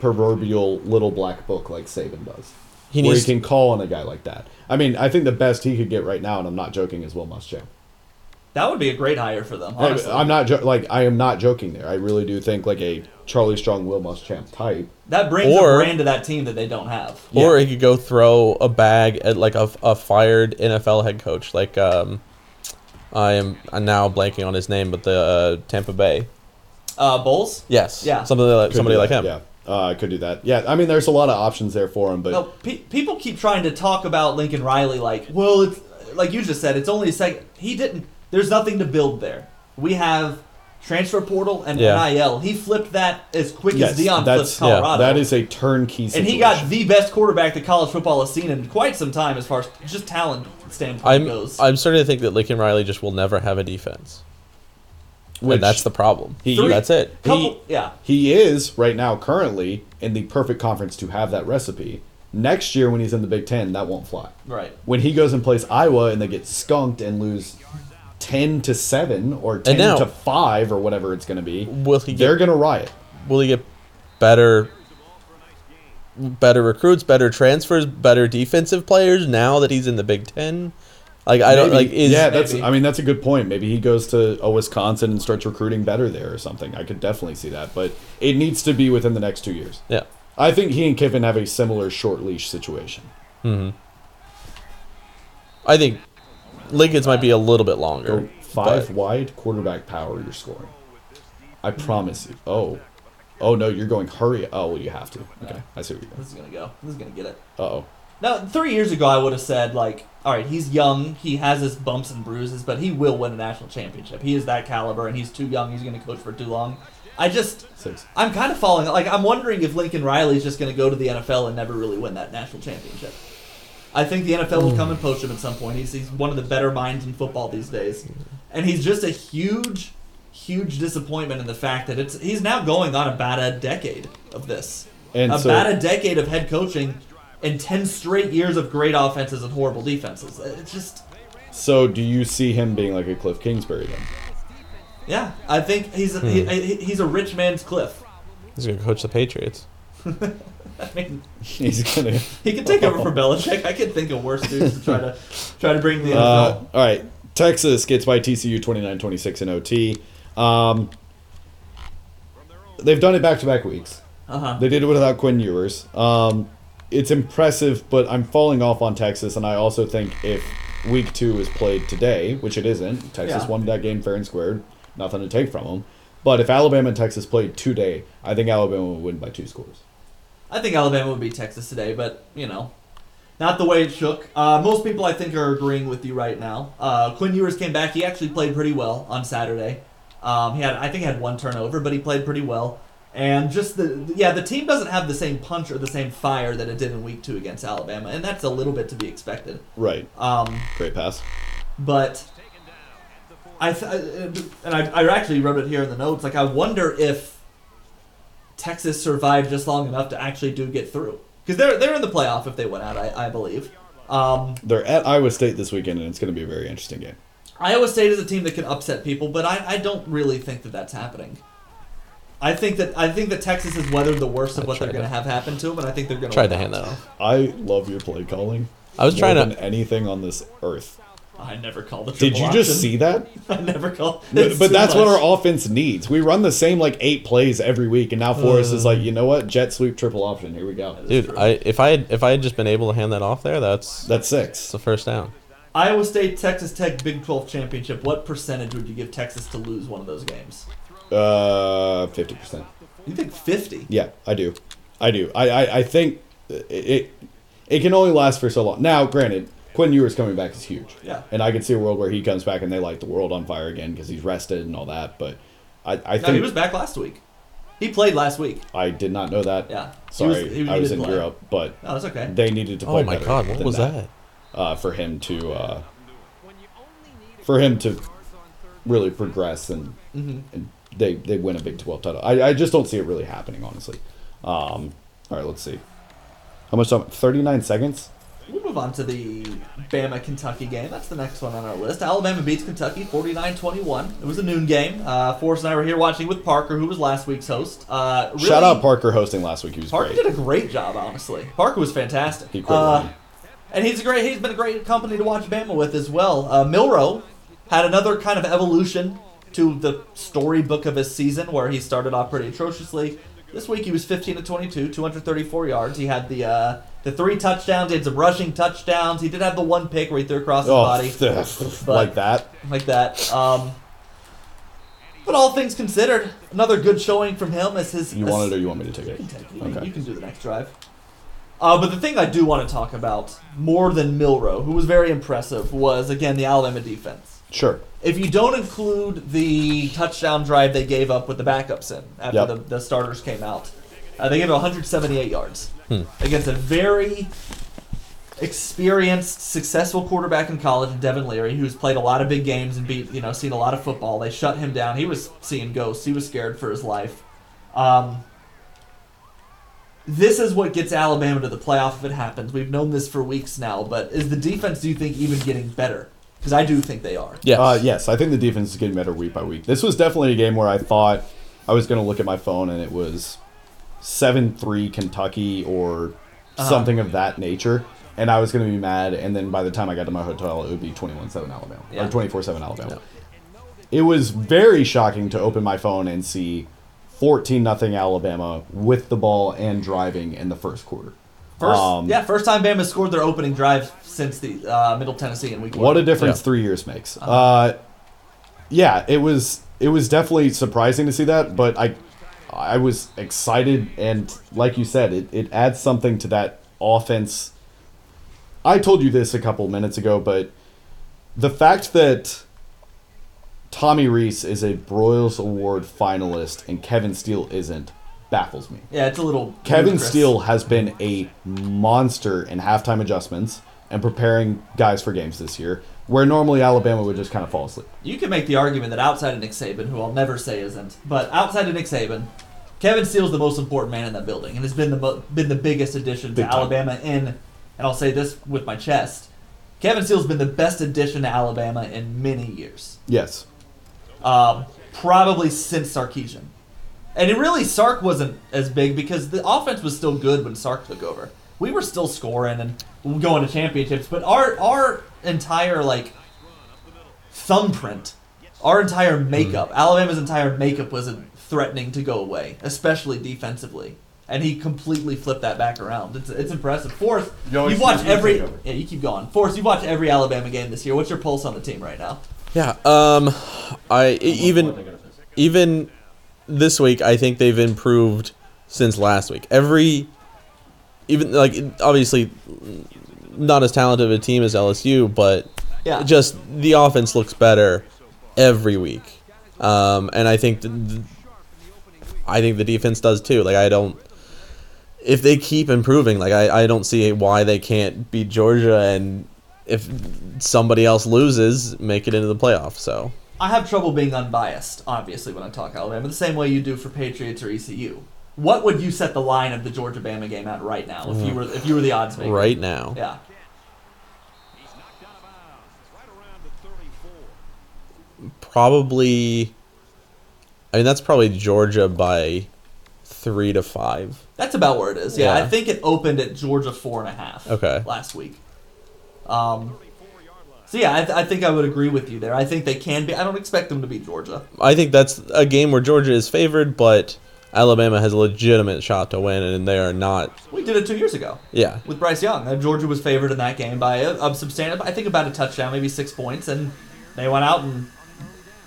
[SPEAKER 2] proverbial little black book like Saban does.
[SPEAKER 4] He
[SPEAKER 2] where
[SPEAKER 4] needs-
[SPEAKER 2] he can call on a guy like that. I mean, I think the best he could get right now, and I'm not joking, is Will Muschamp.
[SPEAKER 1] That would be a great hire for them,
[SPEAKER 2] I,
[SPEAKER 1] honestly.
[SPEAKER 2] I'm not jo- like I am not joking there. I really do think like a Charlie Strong, Will Muschamp type.
[SPEAKER 1] that brings
[SPEAKER 4] Or-
[SPEAKER 1] a brand to that team that they don't have.
[SPEAKER 4] Or
[SPEAKER 2] Yeah.
[SPEAKER 4] he could go throw a bag at like a, a fired NFL head coach, like um, I am I'm now blanking on his name, but the uh, Tampa Bay.
[SPEAKER 1] Uh, Bowles?
[SPEAKER 4] Yes.
[SPEAKER 1] Yeah.
[SPEAKER 4] Somebody like
[SPEAKER 2] Could
[SPEAKER 4] somebody
[SPEAKER 2] do
[SPEAKER 4] like
[SPEAKER 2] that,
[SPEAKER 4] him.
[SPEAKER 2] Yeah, uh, could do that. Yeah, I mean, there's a lot of options there for him, but
[SPEAKER 1] No, pe- people keep trying to talk about Lincoln Riley like, well, it's like you just said, it's only a second. He didn't. There's nothing to build there. We have transfer portal and
[SPEAKER 4] Yeah.
[SPEAKER 1] NIL. He flipped that as quick
[SPEAKER 2] Yes,
[SPEAKER 1] as Dion flipped
[SPEAKER 2] that's- yeah,
[SPEAKER 1] Colorado.
[SPEAKER 2] that is a turnkey situation.
[SPEAKER 1] and he got the best quarterback that college football has seen in quite some time, as far as just talent standpoint
[SPEAKER 4] I'm
[SPEAKER 1] goes.
[SPEAKER 4] I'm starting to think that Lincoln Riley just will never have a defense.
[SPEAKER 2] Which-
[SPEAKER 4] and that's the problem.
[SPEAKER 2] He-
[SPEAKER 1] Three-
[SPEAKER 4] that's it.
[SPEAKER 1] Couple, yeah,
[SPEAKER 2] He is right now currently in the perfect conference to have that recipe. Next year when he's in the Big 10, that won't fly.
[SPEAKER 1] right.
[SPEAKER 2] When he goes and plays Iowa and they get skunked and lose 10 to 7 or 10
[SPEAKER 4] now-
[SPEAKER 2] to 5 or whatever it's going to be,
[SPEAKER 4] Will he
[SPEAKER 2] they're
[SPEAKER 4] get
[SPEAKER 2] going to riot.
[SPEAKER 4] will he get better better recruits, better transfers, better defensive players now that he's in the Big 10? Like I don't
[SPEAKER 2] Maybe.
[SPEAKER 4] like is
[SPEAKER 2] yeah, that's
[SPEAKER 1] Maybe.
[SPEAKER 2] I mean that's a good point. Maybe he goes to a Wisconsin and starts recruiting better there or something. I could definitely see that, but it needs to be within the next 2 years.
[SPEAKER 4] yeah.
[SPEAKER 2] I think he and Kiffin have a similar short leash situation.
[SPEAKER 4] I think Lincoln's might be a little bit longer.
[SPEAKER 2] Go five
[SPEAKER 4] but-
[SPEAKER 2] wide quarterback power you're scoring. I promise you. Oh. Oh no, you're going hurry. Oh well you have to. Okay. I see what you're doing.
[SPEAKER 1] This is gonna go. This is gonna get it.
[SPEAKER 2] Uh oh.
[SPEAKER 1] Now, three years ago, I would have said like, all right, he's young, he has his bumps and bruises, but he will win a national championship. He is that caliber, and he's too young. He's gonna coach for too long. I just,
[SPEAKER 2] Six.
[SPEAKER 1] I'm kind of following. Like, I'm wondering if Lincoln Riley's just gonna go to the NFL and never really win that national championship. I think the NFL will come and poach him at some point. He's, he's one of the better minds in football these days, and he's just a huge, huge disappointment in the fact that it's he's now going on about a decade of this
[SPEAKER 2] And so
[SPEAKER 1] about a decade of head coaching and 10 straight years of great offenses and horrible defenses. Uh, It's just,
[SPEAKER 2] so do you see him being like a Cliff Kingsbury then?
[SPEAKER 1] yeah, I think he's a,
[SPEAKER 2] Hmm.
[SPEAKER 1] he, he- he's a rich man's cliff.
[SPEAKER 4] He's going to coach the Patriots.
[SPEAKER 1] I mean,
[SPEAKER 2] He's gonna
[SPEAKER 1] he could take over for Belichick. I could think of worse dudes to try to try to bring the NFL.
[SPEAKER 2] Uh, all right. Texas gets by TCU 29 26 in OT. Um, they've done it back to back weeks.
[SPEAKER 1] Uh-huh.
[SPEAKER 2] They did it without Quinn Ewers. Um, it's impressive, but I'm falling off on Texas, and I also think if week two is played today, which it isn't, Texas
[SPEAKER 1] Yeah.
[SPEAKER 2] won that game fair and squared. Nothing to take from them. But if Alabama and Texas played today, I think Alabama would win by two scores.
[SPEAKER 1] I think Alabama would beat Texas today, but, you know, not the way it shook. Uh, most people, I think, are agreeing with you right now. Uh, Quinn Ewers came back. He actually played pretty well on Saturday. Um, he had, I think, he had one turnover, but he played pretty well. And just the yeah, the team doesn't have the same punch or the same fire that it did in Week Two against Alabama, and that's a little bit to be expected.
[SPEAKER 2] Right.
[SPEAKER 1] Um,
[SPEAKER 2] Great pass.
[SPEAKER 1] but I th- uh, and I, I actually wrote it here in the notes. Like I wonder if Texas survived just long enough to actually do get through because they're they're in the playoff if they went out. I, I believe. Um,
[SPEAKER 2] They're at Iowa State this weekend, and it's going to be a very interesting game.
[SPEAKER 1] Iowa State is a team that can upset people, but I, I don't really think that that's happening. I think that I think that Texas has weathered the worst of
[SPEAKER 4] I
[SPEAKER 1] what they're
[SPEAKER 4] tried
[SPEAKER 1] going to
[SPEAKER 4] to-
[SPEAKER 1] have happen to them, and I think they're going
[SPEAKER 4] Tried to hand that off.
[SPEAKER 2] I love your play calling.
[SPEAKER 4] I was
[SPEAKER 2] more
[SPEAKER 4] trying to-
[SPEAKER 2] than anything on this earth.
[SPEAKER 1] I never call the.
[SPEAKER 2] Did
[SPEAKER 1] triple
[SPEAKER 2] you just
[SPEAKER 1] option.
[SPEAKER 2] see that?
[SPEAKER 1] I never call.
[SPEAKER 2] But,
[SPEAKER 1] it's
[SPEAKER 2] but
[SPEAKER 1] too
[SPEAKER 2] that's what
[SPEAKER 1] much.
[SPEAKER 2] our offense needs. We run the same like eight plays every week, and now Forrest is like, you know what? Jet sweep triple option. Here we go.
[SPEAKER 4] Uh. Dude, I if I had if I had just been able to hand that off there, that's
[SPEAKER 2] That's
[SPEAKER 4] that's
[SPEAKER 2] six.
[SPEAKER 4] the first down.
[SPEAKER 1] Iowa State, Texas Tech, Big 12 championship. What percentage would you give Texas to lose one of those games?
[SPEAKER 2] Uh, fifty percent.
[SPEAKER 1] You think 50?
[SPEAKER 2] Yeah, I do. I do. I, I, I think it, it it can only last for so long. Now, granted, Quinn Ewers coming back is huge.
[SPEAKER 1] Yeah.
[SPEAKER 2] And I could see a world where he comes back and they light the world on fire again because he's rested and all that. But I, I
[SPEAKER 1] No,
[SPEAKER 2] think
[SPEAKER 1] he was back last week. He played last week.
[SPEAKER 2] I did not know that.
[SPEAKER 1] Yeah. He was-
[SPEAKER 2] Sorry,
[SPEAKER 1] he was-
[SPEAKER 2] I
[SPEAKER 1] he
[SPEAKER 2] was in
[SPEAKER 1] didn't play.
[SPEAKER 2] Europe, but
[SPEAKER 1] No, that's okay.
[SPEAKER 2] they needed to play.
[SPEAKER 4] Oh my
[SPEAKER 2] better
[SPEAKER 4] god, what
[SPEAKER 2] than
[SPEAKER 4] was that?
[SPEAKER 2] Uh, for him to, uh, for him to really progress and,
[SPEAKER 1] Mm-hmm.
[SPEAKER 2] and they they win a Big Twelve title. I, I just don't see it really happening, honestly. Um, all right, let's see. How much time? Thirty nine seconds.
[SPEAKER 1] We'll move on to the Bama Kentucky game. That's the next one on our list. Alabama beats Kentucky 49 21. It was a noon game. Uh, Forrest and I were here watching with Parker, who was last week's host. Uh, really,
[SPEAKER 2] Shout out Parker hosting last week. He was
[SPEAKER 1] Parker
[SPEAKER 2] great.
[SPEAKER 1] did a great job, honestly. Parker was fantastic.
[SPEAKER 2] He quit
[SPEAKER 1] uh,
[SPEAKER 2] running.
[SPEAKER 1] and he's a great. He's been a great company to watch Bama with as well. Uh, Milrow had another kind of evolution to the storybook of his season, where he started off pretty atrociously. This week he was 15 to 22, 234 yards. He had the uh, the three touchdowns. He had some rushing touchdowns. He did have the one pick where he threw across his body
[SPEAKER 2] oh, like that.
[SPEAKER 1] like that. Um, but all things considered, another good showing from him as his.
[SPEAKER 2] You
[SPEAKER 1] as-
[SPEAKER 2] want it or you want me to take it?
[SPEAKER 1] you can take it. You, can,
[SPEAKER 2] Okay.
[SPEAKER 1] you can do the next drive. Uh, but the thing I do want to talk about more than Milrow, who was very impressive, was again the Alabama defense.
[SPEAKER 2] Sure.
[SPEAKER 1] If you don't include the touchdown drive they gave up with the backups in after
[SPEAKER 2] Yep.
[SPEAKER 1] the, the starters came out, uh, they gave up 178 yards against a very experienced, successful quarterback in college, Devin Leary, who's played a lot of big games and beat you know seen a lot of football. They shut him down. He was seeing ghosts. He was scared for his life. Um, this is what gets Alabama to the playoff if it happens. We've known this for weeks now, but is the defense, do you think, even getting better? Because I do think they are.
[SPEAKER 4] Yes.
[SPEAKER 2] Uh, yes, I think the defense is getting better week by week. This was definitely a game where I thought I was going to look at my phone and it was 7 3 Kentucky or
[SPEAKER 1] Uh-huh.
[SPEAKER 2] something of that nature. And I was going to be mad. And then by the time I got to my hotel, it would be 21 7 Alabama
[SPEAKER 1] Yeah.
[SPEAKER 2] or 24 7 Alabama. It was very shocking to open my phone and see 14 0 Alabama with the ball and driving in the first quarter.
[SPEAKER 1] First,
[SPEAKER 2] Um,
[SPEAKER 1] yeah, first time Bama scored their opening drive since the uh, Middle Tennessee in week one. Uh-huh.
[SPEAKER 2] What a difference
[SPEAKER 4] Yeah.
[SPEAKER 2] three years makes. Uh, yeah, it was it was definitely surprising to see that, but I I was excited and like you said, it, it adds something to that offense. I told you this a couple minutes ago, but the fact that Tommy Reese is a Broyles Award finalist and Kevin Steele isn't baffles me.
[SPEAKER 1] Yeah, it's a little.
[SPEAKER 2] Kevin
[SPEAKER 1] ludicrous.
[SPEAKER 2] Steele has been a monster in halftime adjustments and preparing guys for games this year, where normally Alabama would just kind of fall asleep.
[SPEAKER 1] You can make the argument that outside of Nick Saban, who I'll never say isn't, but outside of Nick Saban, Kevin Steele's the most important man in that building, and has been the mo- been the biggest addition to
[SPEAKER 2] Big time.
[SPEAKER 1] Alabama in, and I'll say this with my chest, Kevin Steele's been the best addition to Alabama in many years,
[SPEAKER 2] Yes.
[SPEAKER 1] um, probably since Sarkeesian, and it really Sark wasn't as big because the offense was still good when Sark took over. We were still scoring and going to championships, but our our entire like thumbprint, our entire makeup, Alabama's entire makeup was threatening to go away, especially defensively. And he completely flipped that back around. It's, it's impressive. Fourth,
[SPEAKER 3] You always
[SPEAKER 1] you've watched
[SPEAKER 3] see who's
[SPEAKER 1] every
[SPEAKER 3] taking over.
[SPEAKER 1] yeah, you keep going. Fourth, you've watched every Alabama game this year. What's your pulse on the team right now?
[SPEAKER 4] yeah. Um, I
[SPEAKER 3] What they
[SPEAKER 4] even
[SPEAKER 3] gotta fix.
[SPEAKER 4] even this week I think they've improved since last week. Every even like obviously not as talented of a team as LSU, but
[SPEAKER 1] Yeah,
[SPEAKER 4] just the offense looks better every week, um, and I think th- th- I think the defense does too. Like I don't, if they keep improving, like I, I don't see why they can't beat Georgia, and if somebody else loses, make it into the playoff. So
[SPEAKER 1] I have trouble being unbiased, obviously, when I talk Alabama, the same way you do for Patriots or ECU. What would you set the line of the Georgia Bama game at right now if you were if you were the odds maker?
[SPEAKER 4] right now,
[SPEAKER 1] Yeah.
[SPEAKER 4] probably, I mean that's probably Georgia by three to five.
[SPEAKER 1] That's about where it is. Yeah,
[SPEAKER 4] Yeah.
[SPEAKER 1] I think it opened at Georgia four and a half.
[SPEAKER 4] Okay.
[SPEAKER 1] Last week. Um. So yeah, I, th- I think I would agree with you there. I think they can be. I don't expect them to beat Georgia.
[SPEAKER 4] I think that's a game where Georgia is favored, but Alabama has a legitimate shot to win, and they are not.
[SPEAKER 1] We did it two years ago
[SPEAKER 4] Yeah,
[SPEAKER 1] with Bryce Young. Uh, Georgia was favored in that game by a, a substantive, I think, about a touchdown, maybe six points, and they went out and.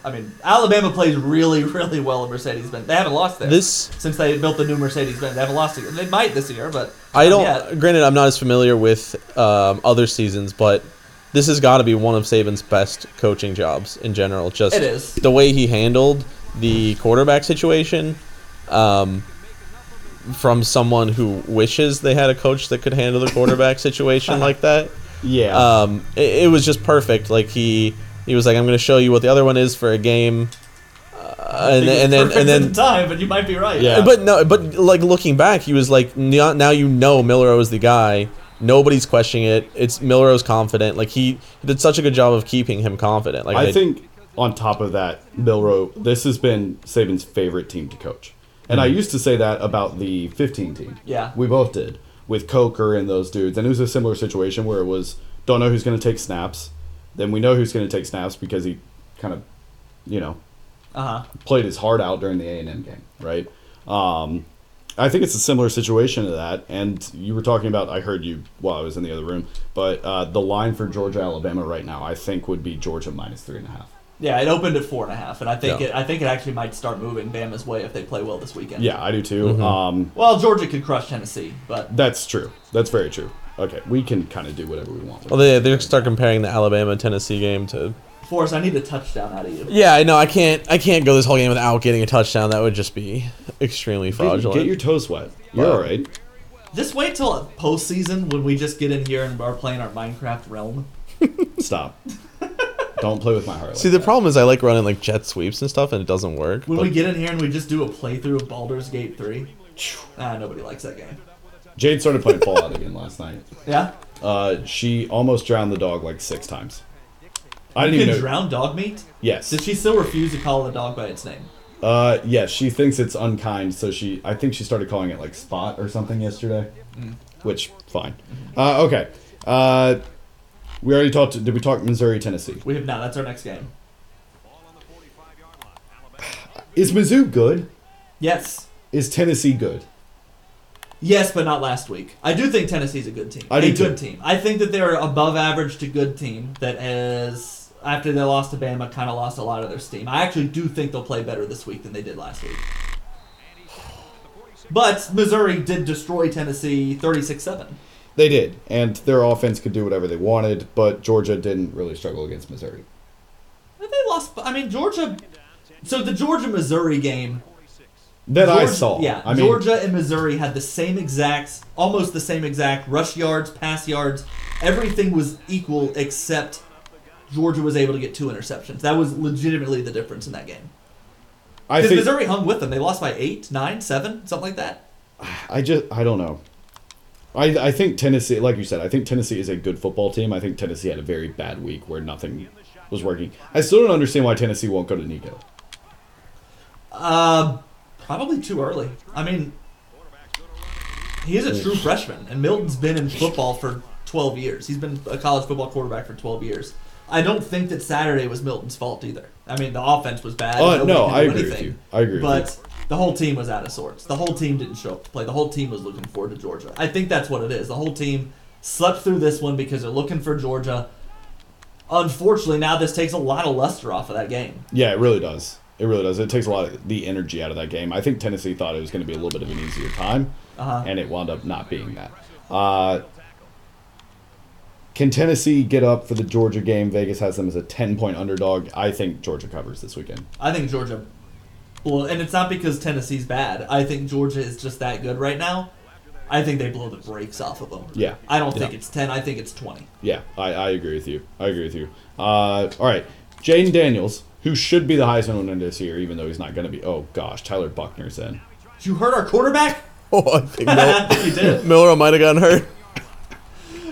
[SPEAKER 1] I mean, Alabama plays really, really well in Mercedes-Benz. They haven't lost there
[SPEAKER 4] this
[SPEAKER 1] since they built the new Mercedes-Benz. They haven't lost it. They might this year, but not
[SPEAKER 4] I don't.
[SPEAKER 1] yet.
[SPEAKER 4] Granted, I'm not as familiar with um, other seasons, but this has got to be one of Saban's best coaching jobs in general. Just
[SPEAKER 1] It is.
[SPEAKER 4] the way he handled the quarterback situation. Um, from someone who wishes they had a coach that could handle the quarterback situation like that.
[SPEAKER 2] Yeah.
[SPEAKER 4] um, it, it was just perfect. Like he he was like, I'm going to show you what the other one is for a game, uh, and,
[SPEAKER 1] It's
[SPEAKER 4] and then
[SPEAKER 1] perfect
[SPEAKER 4] and
[SPEAKER 1] in
[SPEAKER 4] then.
[SPEAKER 1] time, but you might be right.
[SPEAKER 2] Yeah.
[SPEAKER 4] But no, but like looking back, he was like, now, now you know Milrow is the guy. Nobody's questioning it. It's Milrow's confident. Like he did such a good job of keeping him confident. Like
[SPEAKER 2] I think on top of that, Milrow, this has been Saban's favorite team to coach. And I used to say that about the 15 team.
[SPEAKER 1] Yeah.
[SPEAKER 2] We both did with Coker and those dudes. And it was a similar situation where it was don't know who's going to take snaps. Then we know who's going to take snaps because he kind of, you know,
[SPEAKER 1] Uh huh.
[SPEAKER 2] played his heart out during the A and M game, right? Um, I think it's a similar situation to that. And you were talking about, I heard you while I was in the other room, but uh, the line for Georgia Alabama right now, I think, would be Georgia minus three and a half.
[SPEAKER 1] Yeah, it opened at four and a half, and I think
[SPEAKER 4] Yeah.
[SPEAKER 1] it. I think it actually might start moving Bama's way if they play well this weekend.
[SPEAKER 2] Yeah, I do too.
[SPEAKER 4] Mm-hmm.
[SPEAKER 2] Um,
[SPEAKER 1] Well, Georgia could crush Tennessee, but
[SPEAKER 2] that's true. That's very true. Okay, we can kind of do whatever we want. with
[SPEAKER 4] Well,
[SPEAKER 2] it.
[SPEAKER 4] they they start comparing the Alabama Tennessee game to
[SPEAKER 1] Forrest, I need a touchdown out of you.
[SPEAKER 4] Yeah, I know. I can't. I can't go this whole game without getting a touchdown. That would just be extremely
[SPEAKER 2] Get,
[SPEAKER 4] fraudulent.
[SPEAKER 2] get your toes wet. You're
[SPEAKER 4] Wow.
[SPEAKER 2] all right.
[SPEAKER 1] Just wait till postseason when we just get in here and are playing our Minecraft realm.
[SPEAKER 2] Stop. Don't play with my heart.
[SPEAKER 4] See,
[SPEAKER 2] like
[SPEAKER 4] the problem is I like running like jet sweeps and stuff, and it doesn't work.
[SPEAKER 1] When
[SPEAKER 4] but-
[SPEAKER 1] we get in here and we just do a playthrough of Baldur's Gate 3. Ah, nobody likes that game.
[SPEAKER 2] that. Jade started playing Fallout again last night.
[SPEAKER 1] Yeah?
[SPEAKER 2] Uh, she almost drowned the dog like six times. I didn't
[SPEAKER 1] You
[SPEAKER 2] even
[SPEAKER 1] can
[SPEAKER 2] know.
[SPEAKER 1] drown dog meat?
[SPEAKER 2] Yes.
[SPEAKER 1] Did she still refuse to call the dog by its name?
[SPEAKER 2] Uh, yeah, she thinks it's unkind, so she. I think she started calling it like spot or something yesterday,
[SPEAKER 1] Mm-hmm.
[SPEAKER 2] which fine. Uh, okay. Uh, we already talked. Did we talk Missouri, Tennessee?
[SPEAKER 1] We have not. That's our next game.
[SPEAKER 2] Is Mizzou good?
[SPEAKER 1] Yes.
[SPEAKER 2] Is Tennessee good?
[SPEAKER 1] Yes, but not last week. I do think Tennessee's a good team.
[SPEAKER 2] I do
[SPEAKER 1] a
[SPEAKER 2] too.
[SPEAKER 1] good team. I think that they're above average to good team that has after they lost to Bama kind of lost a lot of their steam. I actually do think they'll play better this week than they did last week. But Missouri did destroy Tennessee 36-7.
[SPEAKER 2] They did, and their offense could do whatever they wanted, but Georgia didn't really struggle against Missouri.
[SPEAKER 1] They lost I mean Georgia so the Georgia Missouri game
[SPEAKER 2] That I
[SPEAKER 1] Georgia-
[SPEAKER 2] saw.
[SPEAKER 1] Yeah,
[SPEAKER 2] I mean,
[SPEAKER 1] Georgia and Missouri had the same exact, almost the same exact rush yards, pass yards. Everything was equal except Georgia was able to get two interceptions. That was legitimately the difference in that game.
[SPEAKER 2] I
[SPEAKER 1] Because
[SPEAKER 2] think
[SPEAKER 1] Missouri hung with them. They lost by eight, nine, seven, something like that.
[SPEAKER 2] I just I don't know. I I think Tennessee, like you said, I think Tennessee is a good football team. I think Tennessee had a very bad week where nothing was working. I still don't understand why Tennessee won't go to Nico.
[SPEAKER 1] Uh, probably too early. I mean, he is a true freshman, and Milton's been in football for 12 years. He's been a college football quarterback for 12 years. I don't think that Saturday was Milton's fault either. I mean, the offense was bad.
[SPEAKER 2] Oh,
[SPEAKER 1] and nobody
[SPEAKER 2] no,
[SPEAKER 1] could
[SPEAKER 2] I
[SPEAKER 1] do
[SPEAKER 2] agree with
[SPEAKER 1] anything.
[SPEAKER 2] you. I agree with
[SPEAKER 1] But
[SPEAKER 2] you.
[SPEAKER 1] the whole team was out of sorts. The whole team didn't show up to play. The whole team was looking forward to Georgia. I think that's what it is. The whole team slept through this one because they're looking for Georgia. Unfortunately, now this takes a lot of luster off of that game.
[SPEAKER 2] Yeah, it really does. It really does. It takes a lot of the energy out of that game. I think Tennessee thought it was going to be a little bit of an easier time,
[SPEAKER 1] Uh-huh.
[SPEAKER 2] and it wound up not being that. Uh, can Tennessee get up for the Georgia game? Vegas has them as a ten-point underdog. I think Georgia covers this weekend.
[SPEAKER 1] I think Georgia. Well, and it's not because Tennessee's bad. I think Georgia is just that good right now. I think they blow the brakes off of them.
[SPEAKER 2] Yeah.
[SPEAKER 1] I don't think
[SPEAKER 2] Yeah.
[SPEAKER 1] it's 10. I think it's 20.
[SPEAKER 2] Yeah, I, I agree with you. I agree with you. Uh, all right, Jaden Daniels, who should be the Heisman winner this year, even though he's not going to be. Oh gosh, Tyler Buckner's in.
[SPEAKER 1] Did you hurt our quarterback?
[SPEAKER 4] oh, I think Mil-
[SPEAKER 1] you did.
[SPEAKER 4] Miller might have gotten hurt.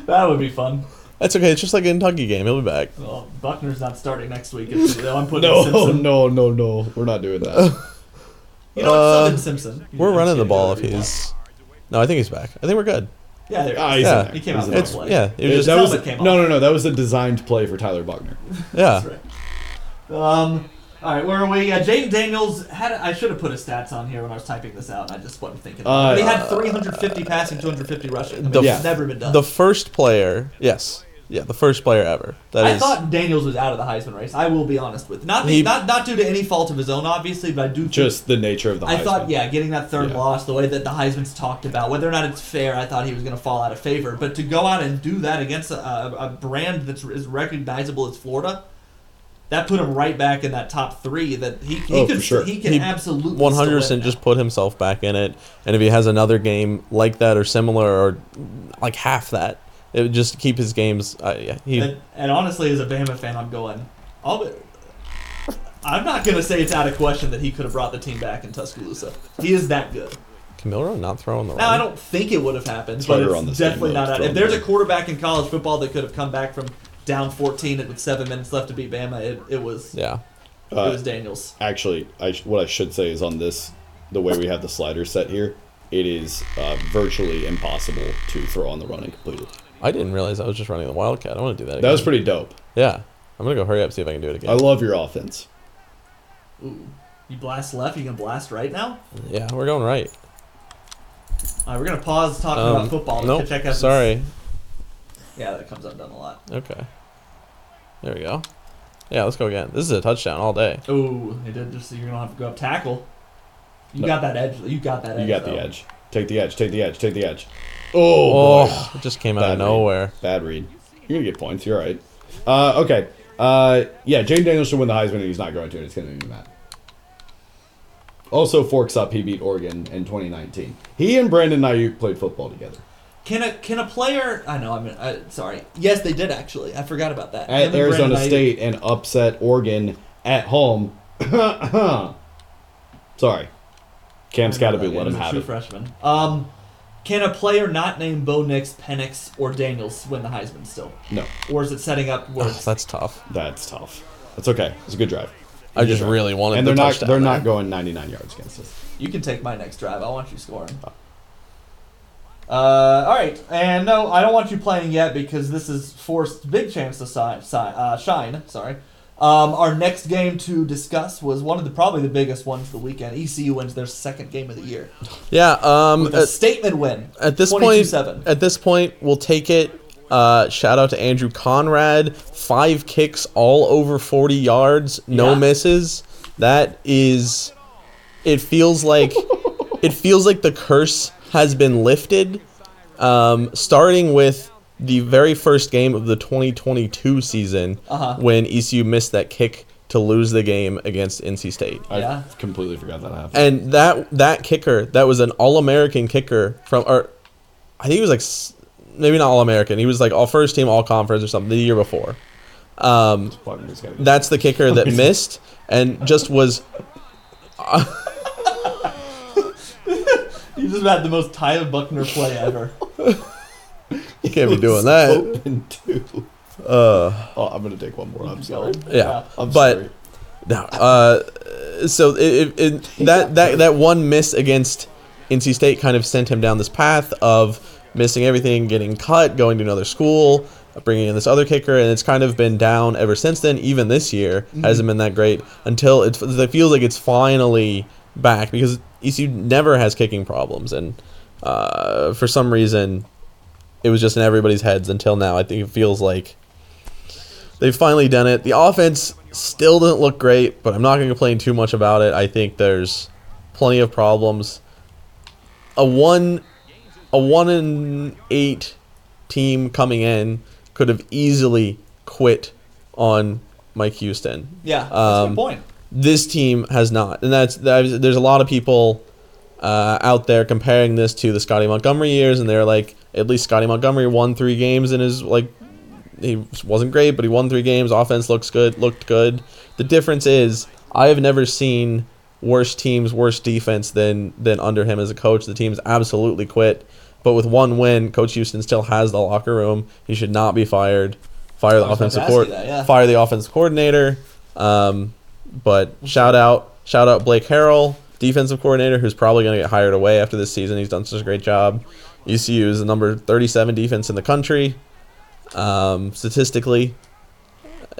[SPEAKER 1] That would be fun.
[SPEAKER 4] That's okay. It's just like a Kentucky game. He'll be back.
[SPEAKER 1] Well, Buckner's not starting next week. It's, I'm putting in
[SPEAKER 2] No,
[SPEAKER 1] Simpson.
[SPEAKER 2] no, no, no. We're not doing that.
[SPEAKER 1] You know, it's
[SPEAKER 4] Uh,
[SPEAKER 1] Southern Simpson.
[SPEAKER 4] We're
[SPEAKER 1] He's
[SPEAKER 4] running the
[SPEAKER 1] gonna
[SPEAKER 4] ball
[SPEAKER 1] go
[SPEAKER 4] if
[SPEAKER 1] to rebound.
[SPEAKER 4] he's. No, I think he's back. I think we're good.
[SPEAKER 1] Yeah, there
[SPEAKER 2] Ah,
[SPEAKER 1] he is.
[SPEAKER 2] he's
[SPEAKER 4] Yeah.
[SPEAKER 2] in there.
[SPEAKER 1] He came out for
[SPEAKER 2] He's in there.
[SPEAKER 1] a
[SPEAKER 4] It's
[SPEAKER 1] play.
[SPEAKER 4] yeah. It was
[SPEAKER 2] that
[SPEAKER 4] just,
[SPEAKER 2] was
[SPEAKER 1] helmet came
[SPEAKER 2] no, no, no. That was a designed play for Tyler Buckner.
[SPEAKER 4] yeah.
[SPEAKER 1] That's right. Um, all right, where are we? Uh, Jaden Daniels had. I should have put his stats on here when I was typing this out. and I just wasn't thinking.
[SPEAKER 2] Uh,
[SPEAKER 1] about it. but he had 350 passing, 250 rushing. I mean,
[SPEAKER 4] The-
[SPEAKER 1] it's
[SPEAKER 2] Yeah.
[SPEAKER 1] never been done.
[SPEAKER 4] The first player. Yes. Yeah. The first player ever. That is.
[SPEAKER 1] I thought Daniels was out of the Heisman race. I will be honest with not
[SPEAKER 4] He-
[SPEAKER 1] not not due to any fault of his own, obviously, but I do think,
[SPEAKER 2] Just the nature of the.
[SPEAKER 1] I thought
[SPEAKER 2] Heisman.
[SPEAKER 1] yeah, getting that third
[SPEAKER 2] Yeah.
[SPEAKER 1] loss, the way that the Heisman's talked about, whether or not it's fair, I thought he was going to fall out of favor. But to go out and do that against a, a, a brand that's as recognizable as Florida. That put him right back in that top three. That he, he
[SPEAKER 2] Oh,
[SPEAKER 1] could
[SPEAKER 2] for sure.
[SPEAKER 1] he can
[SPEAKER 4] He
[SPEAKER 1] absolutely still
[SPEAKER 4] One hundred percent,
[SPEAKER 1] win
[SPEAKER 4] just put himself back in it, and if he has another game like that or similar or like half that, it would just keep his games. Uh, yeah, he,
[SPEAKER 1] And, and honestly, as a Bama fan, I'm going. I'll be, I'm not going to say it's out of question that he could have brought the team back in Tuscaloosa. He is that good.
[SPEAKER 4] Can Milrow not throw on the
[SPEAKER 1] Now,
[SPEAKER 4] run?
[SPEAKER 1] I don't think it would have happened,
[SPEAKER 2] It's
[SPEAKER 1] but
[SPEAKER 2] harder
[SPEAKER 1] it's
[SPEAKER 2] on this
[SPEAKER 1] definitely
[SPEAKER 2] team than
[SPEAKER 1] not out.
[SPEAKER 2] throwing
[SPEAKER 1] If there's a
[SPEAKER 2] the-
[SPEAKER 1] quarterback in college football that could have come back from down 14 with seven minutes left to beat Bama, it, it was
[SPEAKER 4] Yeah.
[SPEAKER 1] it
[SPEAKER 2] Uh,
[SPEAKER 1] was Daniels.
[SPEAKER 2] Actually, I sh- what I should say is on this, the way we have the slider set here, it is uh, virtually impossible to throw on the running completely.
[SPEAKER 4] I didn't realize I was just running the Wildcat. I want to do that again.
[SPEAKER 2] That was pretty dope.
[SPEAKER 4] Yeah. I'm going to go hurry up see if I can do it again.
[SPEAKER 2] I love your offense.
[SPEAKER 1] Ooh, you blast left, you can blast right now.
[SPEAKER 4] yeah, we're going right.
[SPEAKER 1] All right, we're gonna pause talking
[SPEAKER 4] Um,
[SPEAKER 1] about football. to
[SPEAKER 4] nope.
[SPEAKER 1] check out this-
[SPEAKER 4] Sorry.
[SPEAKER 1] Yeah, that comes undone a lot.
[SPEAKER 4] Okay. There we go. Yeah, let's go again. This is a touchdown all day.
[SPEAKER 1] Ooh, it did just you're gonna have to go up tackle. You
[SPEAKER 2] No.
[SPEAKER 1] got that edge. You got that edge.
[SPEAKER 2] You got
[SPEAKER 1] though.
[SPEAKER 2] the edge. Take the edge. Take the edge. Take the edge. Oh, boy.
[SPEAKER 4] Oh, it just came out
[SPEAKER 2] Bad
[SPEAKER 4] of
[SPEAKER 2] read.
[SPEAKER 4] nowhere.
[SPEAKER 2] bad read. You're gonna get points. You're all right. Uh, okay. Uh, yeah, Jane Daniels should win the Heisman, and he's not going to, and it's going to be Matt. Also, forks up. He beat Oregon in 2019. He and Brandon Ayuk played football together.
[SPEAKER 1] Can a can a player? I know. I mean, I, sorry. Yes, they did actually. I forgot about that. Him
[SPEAKER 2] at
[SPEAKER 1] and
[SPEAKER 2] Arizona
[SPEAKER 1] Brandon Ayuk.
[SPEAKER 2] State and upset Oregon at home. Sorry. Cam's got to be let him
[SPEAKER 1] He's a
[SPEAKER 2] have
[SPEAKER 1] true
[SPEAKER 2] it.
[SPEAKER 1] freshman. Um, can a player not named Bo Nix, Penix, or Daniels win the Heisman still,
[SPEAKER 2] No,
[SPEAKER 1] or is it setting up where?
[SPEAKER 4] Oh,
[SPEAKER 1] it's-
[SPEAKER 4] that's tough.
[SPEAKER 2] that's tough. That's okay. It's a good drive.
[SPEAKER 4] I just
[SPEAKER 2] drive.
[SPEAKER 4] really wanted.
[SPEAKER 2] and
[SPEAKER 4] the
[SPEAKER 2] they're not
[SPEAKER 4] touchdown
[SPEAKER 2] they're
[SPEAKER 4] there.
[SPEAKER 2] not going 99 yards against us.
[SPEAKER 1] You can take my next drive. I want you scoring. Uh, all right, and no, I don't want you playing yet because this is forced big chance to si- si- uh, shine. Sorry. Um, our next game to discuss was one of the probably the biggest ones of the weekend. ECU wins their second game of the year
[SPEAKER 4] Yeah. Um.
[SPEAKER 1] with a
[SPEAKER 4] at-
[SPEAKER 1] statement win.
[SPEAKER 4] At this
[SPEAKER 1] 22-7.
[SPEAKER 4] point, at this point, we'll take it. Uh, shout out to Andrew Conrad. Five kicks, all over forty yards, no
[SPEAKER 1] Yeah.
[SPEAKER 4] misses. That is, it feels like, it feels like the curse has been lifted. Um, starting with the very first game of the 2022 season,
[SPEAKER 1] Uh-huh.
[SPEAKER 4] when ECU missed that kick to lose the game against NC State.
[SPEAKER 2] I
[SPEAKER 1] Yeah.
[SPEAKER 2] completely forgot that happened.
[SPEAKER 4] And that that kicker, that was an All-American kicker from, or I think he was like s- maybe not All-American. He was like all first team All-Conference or something the year before. Um,
[SPEAKER 2] Fuck, I'm just gonna-
[SPEAKER 4] that's the kicker that missed and just was.
[SPEAKER 1] You just had the most Tyler Buckner play ever.
[SPEAKER 4] You can't be doing that.
[SPEAKER 2] Open two. oh, I'm gonna take one more. I'm sorry.
[SPEAKER 4] Yeah,
[SPEAKER 2] I'm
[SPEAKER 4] but
[SPEAKER 2] sorry.
[SPEAKER 4] no. Uh, so it, it, it, that that that one miss against NC State kind of sent him down this path of missing everything, getting cut, going to another school, bringing in this other kicker, and it's kind of been down ever since then. Even this year hasn't been that great until it, it feels like it's finally back because ECU never has kicking problems, and uh, for some reason, it was just in everybody's heads until now. I think it feels like they've finally done it. The offense still doesn't look great, but I'm not going to complain too much about it. I think there's plenty of problems. A one, a one and eight team coming in could have easily quit on Mike Houston.
[SPEAKER 1] Yeah, that's a
[SPEAKER 4] Um,
[SPEAKER 1] good point.
[SPEAKER 4] This team has not, and that's, that's there's a lot of people uh, out there comparing this to the Scotty Montgomery years, and they're like, at least Scotty Montgomery won three games and is like he wasn't great, but he won three games. Offense looks good, looked good. The difference is I have never seen worse teams, worse defense than than under him as a coach. The team's absolutely quit. But with one win, Coach Houston still has the locker room. He should not be fired. Fire the
[SPEAKER 1] I was about
[SPEAKER 4] offensive
[SPEAKER 1] to ask
[SPEAKER 4] court.
[SPEAKER 1] you that, yeah.
[SPEAKER 4] Fire the offensive coordinator. Um, but shout out, shout out Blake Harrell, defensive coordinator, who's probably going to get hired away after this season. He's done such a great job. ECU is the number 37 defense in the country um, statistically,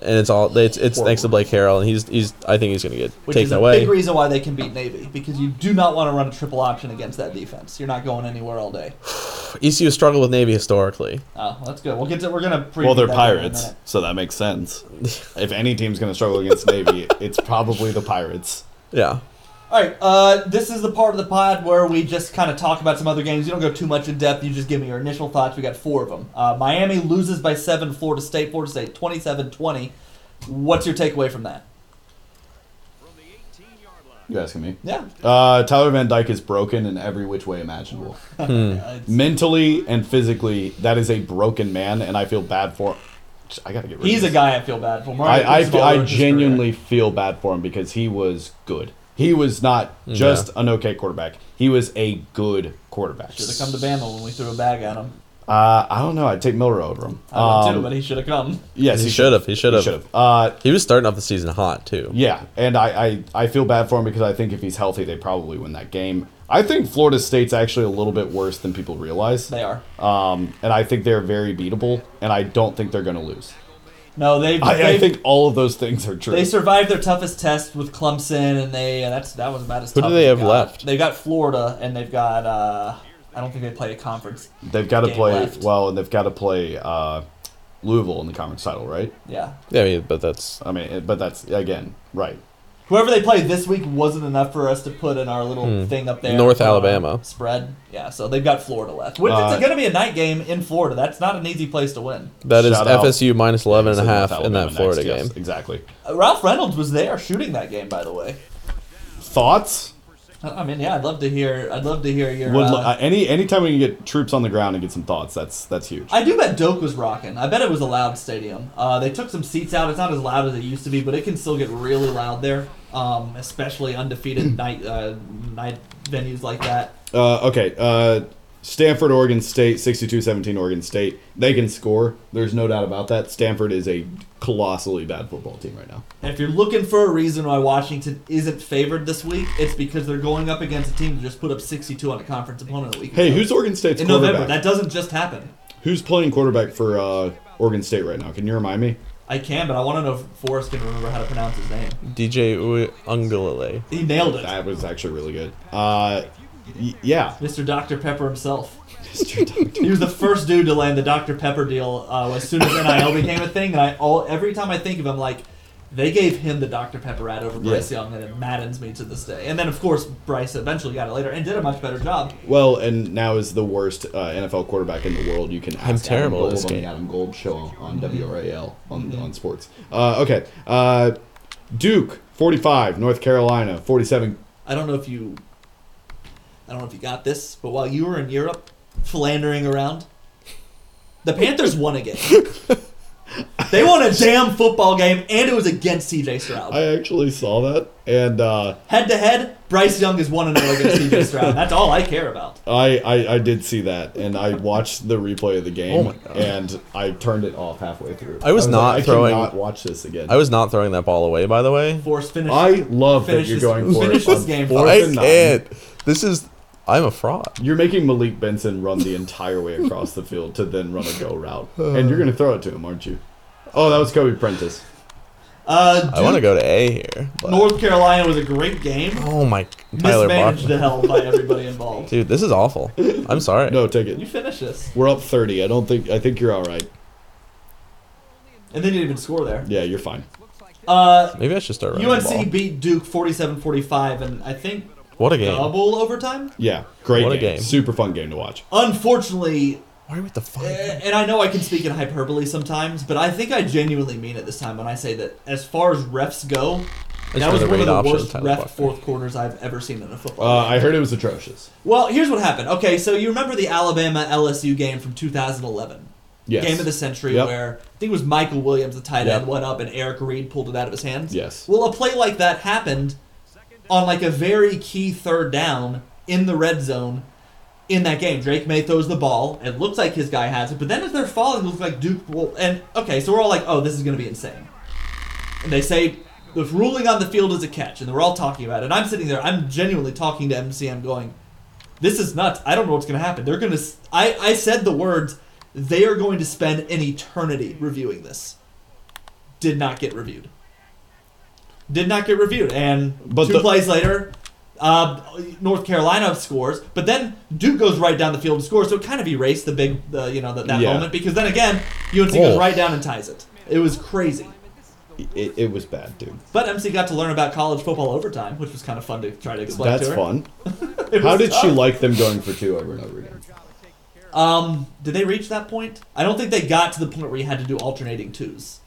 [SPEAKER 4] and it's all it's it's thanks to Blake Harrell, and he's he's I think he's going to get
[SPEAKER 1] Which is
[SPEAKER 4] taken
[SPEAKER 1] a
[SPEAKER 4] away.
[SPEAKER 1] big reason why they can beat Navy because you do not want to run a triple option against that defense. You're not going anywhere all day.
[SPEAKER 4] ECU has E struggled with Navy historically.
[SPEAKER 1] Oh, well, that's good. We'll get to. We're gonna. preview
[SPEAKER 2] Well, they're
[SPEAKER 1] that game in a
[SPEAKER 2] pirates,
[SPEAKER 1] minute.
[SPEAKER 2] so that makes sense. If any team's gonna struggle against Navy, it's probably the Pirates.
[SPEAKER 4] Yeah,
[SPEAKER 1] All right. Uh, this is the part of the pod where we just kind of talk about some other games. You don't go too much in depth. You just give me your initial thoughts. We got four of them. Uh, Miami loses by seven. Florida State. Florida State 27-20. What's your takeaway from that?
[SPEAKER 2] You asking me?
[SPEAKER 1] Yeah.
[SPEAKER 2] Uh, Tyler Van Dyke is broken in every which way imaginable. Hmm.
[SPEAKER 1] Uh, it's-
[SPEAKER 2] Mentally and physically, that is a broken man, and I feel bad for. I gotta get rid.
[SPEAKER 1] he's
[SPEAKER 2] of
[SPEAKER 1] a
[SPEAKER 2] this.
[SPEAKER 1] guy I feel bad for. Mario
[SPEAKER 2] I I,
[SPEAKER 1] Cristobal
[SPEAKER 2] feel- I
[SPEAKER 1] ruined his career.
[SPEAKER 2] genuinely feel bad for him because he was good. He was not just an okay quarterback. He was a good quarterback.
[SPEAKER 1] should have come to Bama when we threw a bag at him.
[SPEAKER 2] Uh, I don't know. I'd take Miller over him.
[SPEAKER 1] I would too,
[SPEAKER 2] Um,
[SPEAKER 1] but he should have come.
[SPEAKER 2] yes,
[SPEAKER 4] he should have. He should
[SPEAKER 2] He
[SPEAKER 4] have.
[SPEAKER 2] should have. Uh,
[SPEAKER 4] He was starting off the season hot too.
[SPEAKER 2] Yeah, and I, I, I feel bad for him because I think if he's healthy, they probably win that game. I think Florida State's actually a little bit worse than people realize.
[SPEAKER 1] They are.
[SPEAKER 2] Um, and I think they're very beatable, and I don't think they're going to lose.
[SPEAKER 1] No, they.
[SPEAKER 2] I, I
[SPEAKER 1] they-
[SPEAKER 2] think all of those things are true.
[SPEAKER 1] They survived their toughest test with Clemson, and they and that's that was about as.
[SPEAKER 4] Who do
[SPEAKER 1] tough
[SPEAKER 4] they
[SPEAKER 1] as
[SPEAKER 4] have
[SPEAKER 1] got.
[SPEAKER 4] left?
[SPEAKER 1] They've got Florida, and they've got. uh I don't think they play a conference.
[SPEAKER 2] they've got to
[SPEAKER 1] game
[SPEAKER 2] play
[SPEAKER 1] left.
[SPEAKER 2] well, and they've got to play uh, Louisville in the conference title, right?
[SPEAKER 1] Yeah,
[SPEAKER 4] Yeah, I mean, but that's
[SPEAKER 2] I mean, it- but that's again right.
[SPEAKER 1] Whoever they played this week wasn't enough for us to put in our little thing up there.
[SPEAKER 4] North
[SPEAKER 1] for our
[SPEAKER 4] Alabama.
[SPEAKER 1] spread. Yeah, so they've got Florida left. Which
[SPEAKER 2] Uh,
[SPEAKER 1] it's going to be a night game in Florida. That's not an easy place to win.
[SPEAKER 4] That is
[SPEAKER 2] Shout out.
[SPEAKER 4] FSU minus 11 and a half
[SPEAKER 2] South
[SPEAKER 4] in that
[SPEAKER 2] Alabama
[SPEAKER 4] Florida
[SPEAKER 2] next, yes,
[SPEAKER 4] game.
[SPEAKER 2] exactly.
[SPEAKER 1] Uh, Ralph Reynolds was there shooting that game, by the way.
[SPEAKER 2] Thoughts?
[SPEAKER 1] I I mean, yeah, I'd love to hear. I'd love to hear your.
[SPEAKER 2] Would
[SPEAKER 1] uh,
[SPEAKER 2] lo- uh, any anytime we can get troops on the ground and get some thoughts, that's that's huge.
[SPEAKER 1] I do bet Doak was rocking. I bet it was a loud stadium. Uh, they took some seats out. It's not as loud as it used to be, but it can still get really loud there, um, especially
[SPEAKER 2] Hmm.
[SPEAKER 1] undefeated night uh, night venues like that.
[SPEAKER 2] Uh, okay, uh, Stanford, Oregon State, 62-17 Oregon State. They can score. There's no doubt about that. Stanford is a colossally bad football team right now.
[SPEAKER 1] And if you're looking for a reason why Washington isn't favored this week, it's because they're going up against a team that just put up 62 on a conference opponent a week
[SPEAKER 2] Hey,
[SPEAKER 1] ago.
[SPEAKER 2] who's Oregon State's
[SPEAKER 1] in
[SPEAKER 2] quarterback?
[SPEAKER 1] November? That doesn't just happen.
[SPEAKER 2] Who's playing quarterback for uh, Oregon State right now? Can you remind me?
[SPEAKER 1] I can, but I want to know if Forrest can remember how to pronounce his name.
[SPEAKER 4] DJ Uy- Ungulale.
[SPEAKER 1] He nailed it.
[SPEAKER 2] That was actually really good. Uh, y- yeah,
[SPEAKER 1] Mr. Dr. Pepper himself.
[SPEAKER 2] Mr. Doctor.
[SPEAKER 1] He was the first dude to land the Dr. Pepper deal uh, as soon as NIL became a thing. And I all every time I think of him, like they gave him the Dr. Pepper ad over Bryce Young, and it maddens me to this day. And then of course Bryce eventually got it later and did a much better job.
[SPEAKER 2] Well, and now is the worst uh, NFL quarterback in the world. You can ask
[SPEAKER 4] I'm terrible at
[SPEAKER 2] Adam
[SPEAKER 4] this
[SPEAKER 2] Gold on
[SPEAKER 4] game.
[SPEAKER 2] the Adam Gold show on WRAL on, on sports. Uh, okay, uh, Duke 45, North Carolina 47.
[SPEAKER 1] I don't know if you, I don't know if you got this, but while you were in Europe philandering around, the Panthers won a game. they won a damn football game, and it was against C.J. Stroud.
[SPEAKER 2] I actually saw that, and uh,
[SPEAKER 1] Head to head, Bryce Young is one and zero against C.J. Stroud. That's all I care about.
[SPEAKER 2] I, I I did see that, and I watched the replay of the game,
[SPEAKER 4] Oh my God.
[SPEAKER 2] and I turned it off halfway through.
[SPEAKER 4] I was not
[SPEAKER 2] like,
[SPEAKER 4] throwing-
[SPEAKER 2] I cannot watch this again.
[SPEAKER 4] I was not throwing that ball away, by the way.
[SPEAKER 1] Force finish.
[SPEAKER 2] I love that
[SPEAKER 1] Finish
[SPEAKER 2] you're
[SPEAKER 1] this-
[SPEAKER 2] going for
[SPEAKER 1] finish
[SPEAKER 2] it on
[SPEAKER 1] this game,
[SPEAKER 2] fourth
[SPEAKER 4] I
[SPEAKER 2] and nine.
[SPEAKER 4] can't. This is. I'm a fraud.
[SPEAKER 2] You're making Malik Benson run the entire way across the field to then run a go route, and you're going to throw it to him, aren't you? Oh, that was Kobe Prentice.
[SPEAKER 1] Uh, Duke,
[SPEAKER 4] I want to go to A here. But,
[SPEAKER 1] North Carolina was a great game.
[SPEAKER 4] oh my. Tyler
[SPEAKER 1] Mismanaged
[SPEAKER 4] Barkley.
[SPEAKER 1] the hell by everybody involved.
[SPEAKER 4] Dude, this is awful. I'm sorry.
[SPEAKER 2] No, take
[SPEAKER 1] You
[SPEAKER 2] it.
[SPEAKER 1] finish this,
[SPEAKER 2] We're up 30. I don't think. I think you're all right.
[SPEAKER 1] and they didn't even score there.
[SPEAKER 2] Yeah, you're fine.
[SPEAKER 1] Uh,
[SPEAKER 4] Maybe I should start running the ball.
[SPEAKER 1] UNC beat Duke 47-45, and I think
[SPEAKER 4] What a game.
[SPEAKER 1] double overtime.
[SPEAKER 2] Yeah, great
[SPEAKER 4] What a
[SPEAKER 2] game.
[SPEAKER 4] game.
[SPEAKER 2] Super fun game to watch.
[SPEAKER 1] Unfortunately,
[SPEAKER 4] Why are we at the five?
[SPEAKER 1] a- and I know I can speak in hyperbole sometimes, but I think I genuinely mean it this time when I say that as far as refs go, that
[SPEAKER 4] for
[SPEAKER 1] was
[SPEAKER 4] the
[SPEAKER 1] one of
[SPEAKER 4] read
[SPEAKER 1] the
[SPEAKER 4] option,
[SPEAKER 1] worst
[SPEAKER 4] Tyler
[SPEAKER 1] ref
[SPEAKER 4] Buckner.
[SPEAKER 1] fourth quarters I've ever seen in a football.
[SPEAKER 2] Uh,
[SPEAKER 1] game.
[SPEAKER 2] I heard it was atrocious.
[SPEAKER 1] Well, here's what happened. Okay, so you remember the Alabama LSU game from 2011?
[SPEAKER 2] Yes.
[SPEAKER 1] Game of the century
[SPEAKER 2] Yep.
[SPEAKER 1] where I think it was Michael Williams, the tight end,
[SPEAKER 2] Yep.
[SPEAKER 1] went up and Eric Reed pulled it out of his hands.
[SPEAKER 2] Yes.
[SPEAKER 1] Well, a play like that happened on like a very key third down in the red zone in that game. Drake May throws the ball. It looks like his guy has it, but then as they're falling, it looks like Duke will. And okay, so we're all like, oh, this is going to be insane. And they say the ruling on the field is a catch, and we're all talking about it. And I'm sitting there, I'm genuinely talking to MCM, going, this is nuts. I don't know what's going to happen. They're going to. I I said the words. They are going to spend an eternity reviewing this. Did not get reviewed. Did not get reviewed. And
[SPEAKER 2] But
[SPEAKER 1] two
[SPEAKER 2] the-
[SPEAKER 1] plays later, uh, North Carolina scores. But then Duke goes right down the field and scores. So it kind of erased the big, the, you know, that that
[SPEAKER 2] Yeah.
[SPEAKER 1] moment because then again, UNC
[SPEAKER 4] Oh.
[SPEAKER 1] goes right down and ties it. It was crazy.
[SPEAKER 2] It, it was bad, dude.
[SPEAKER 1] But MC got to learn about college football overtime, which was kind of fun to try to explain
[SPEAKER 2] That's
[SPEAKER 1] to her.
[SPEAKER 2] fun.
[SPEAKER 1] It
[SPEAKER 2] How
[SPEAKER 1] was
[SPEAKER 2] did she
[SPEAKER 1] tough.
[SPEAKER 2] like them going for two over and over again?
[SPEAKER 1] Um, did they reach that point? I don't think they got to the point where you had to do alternating twos.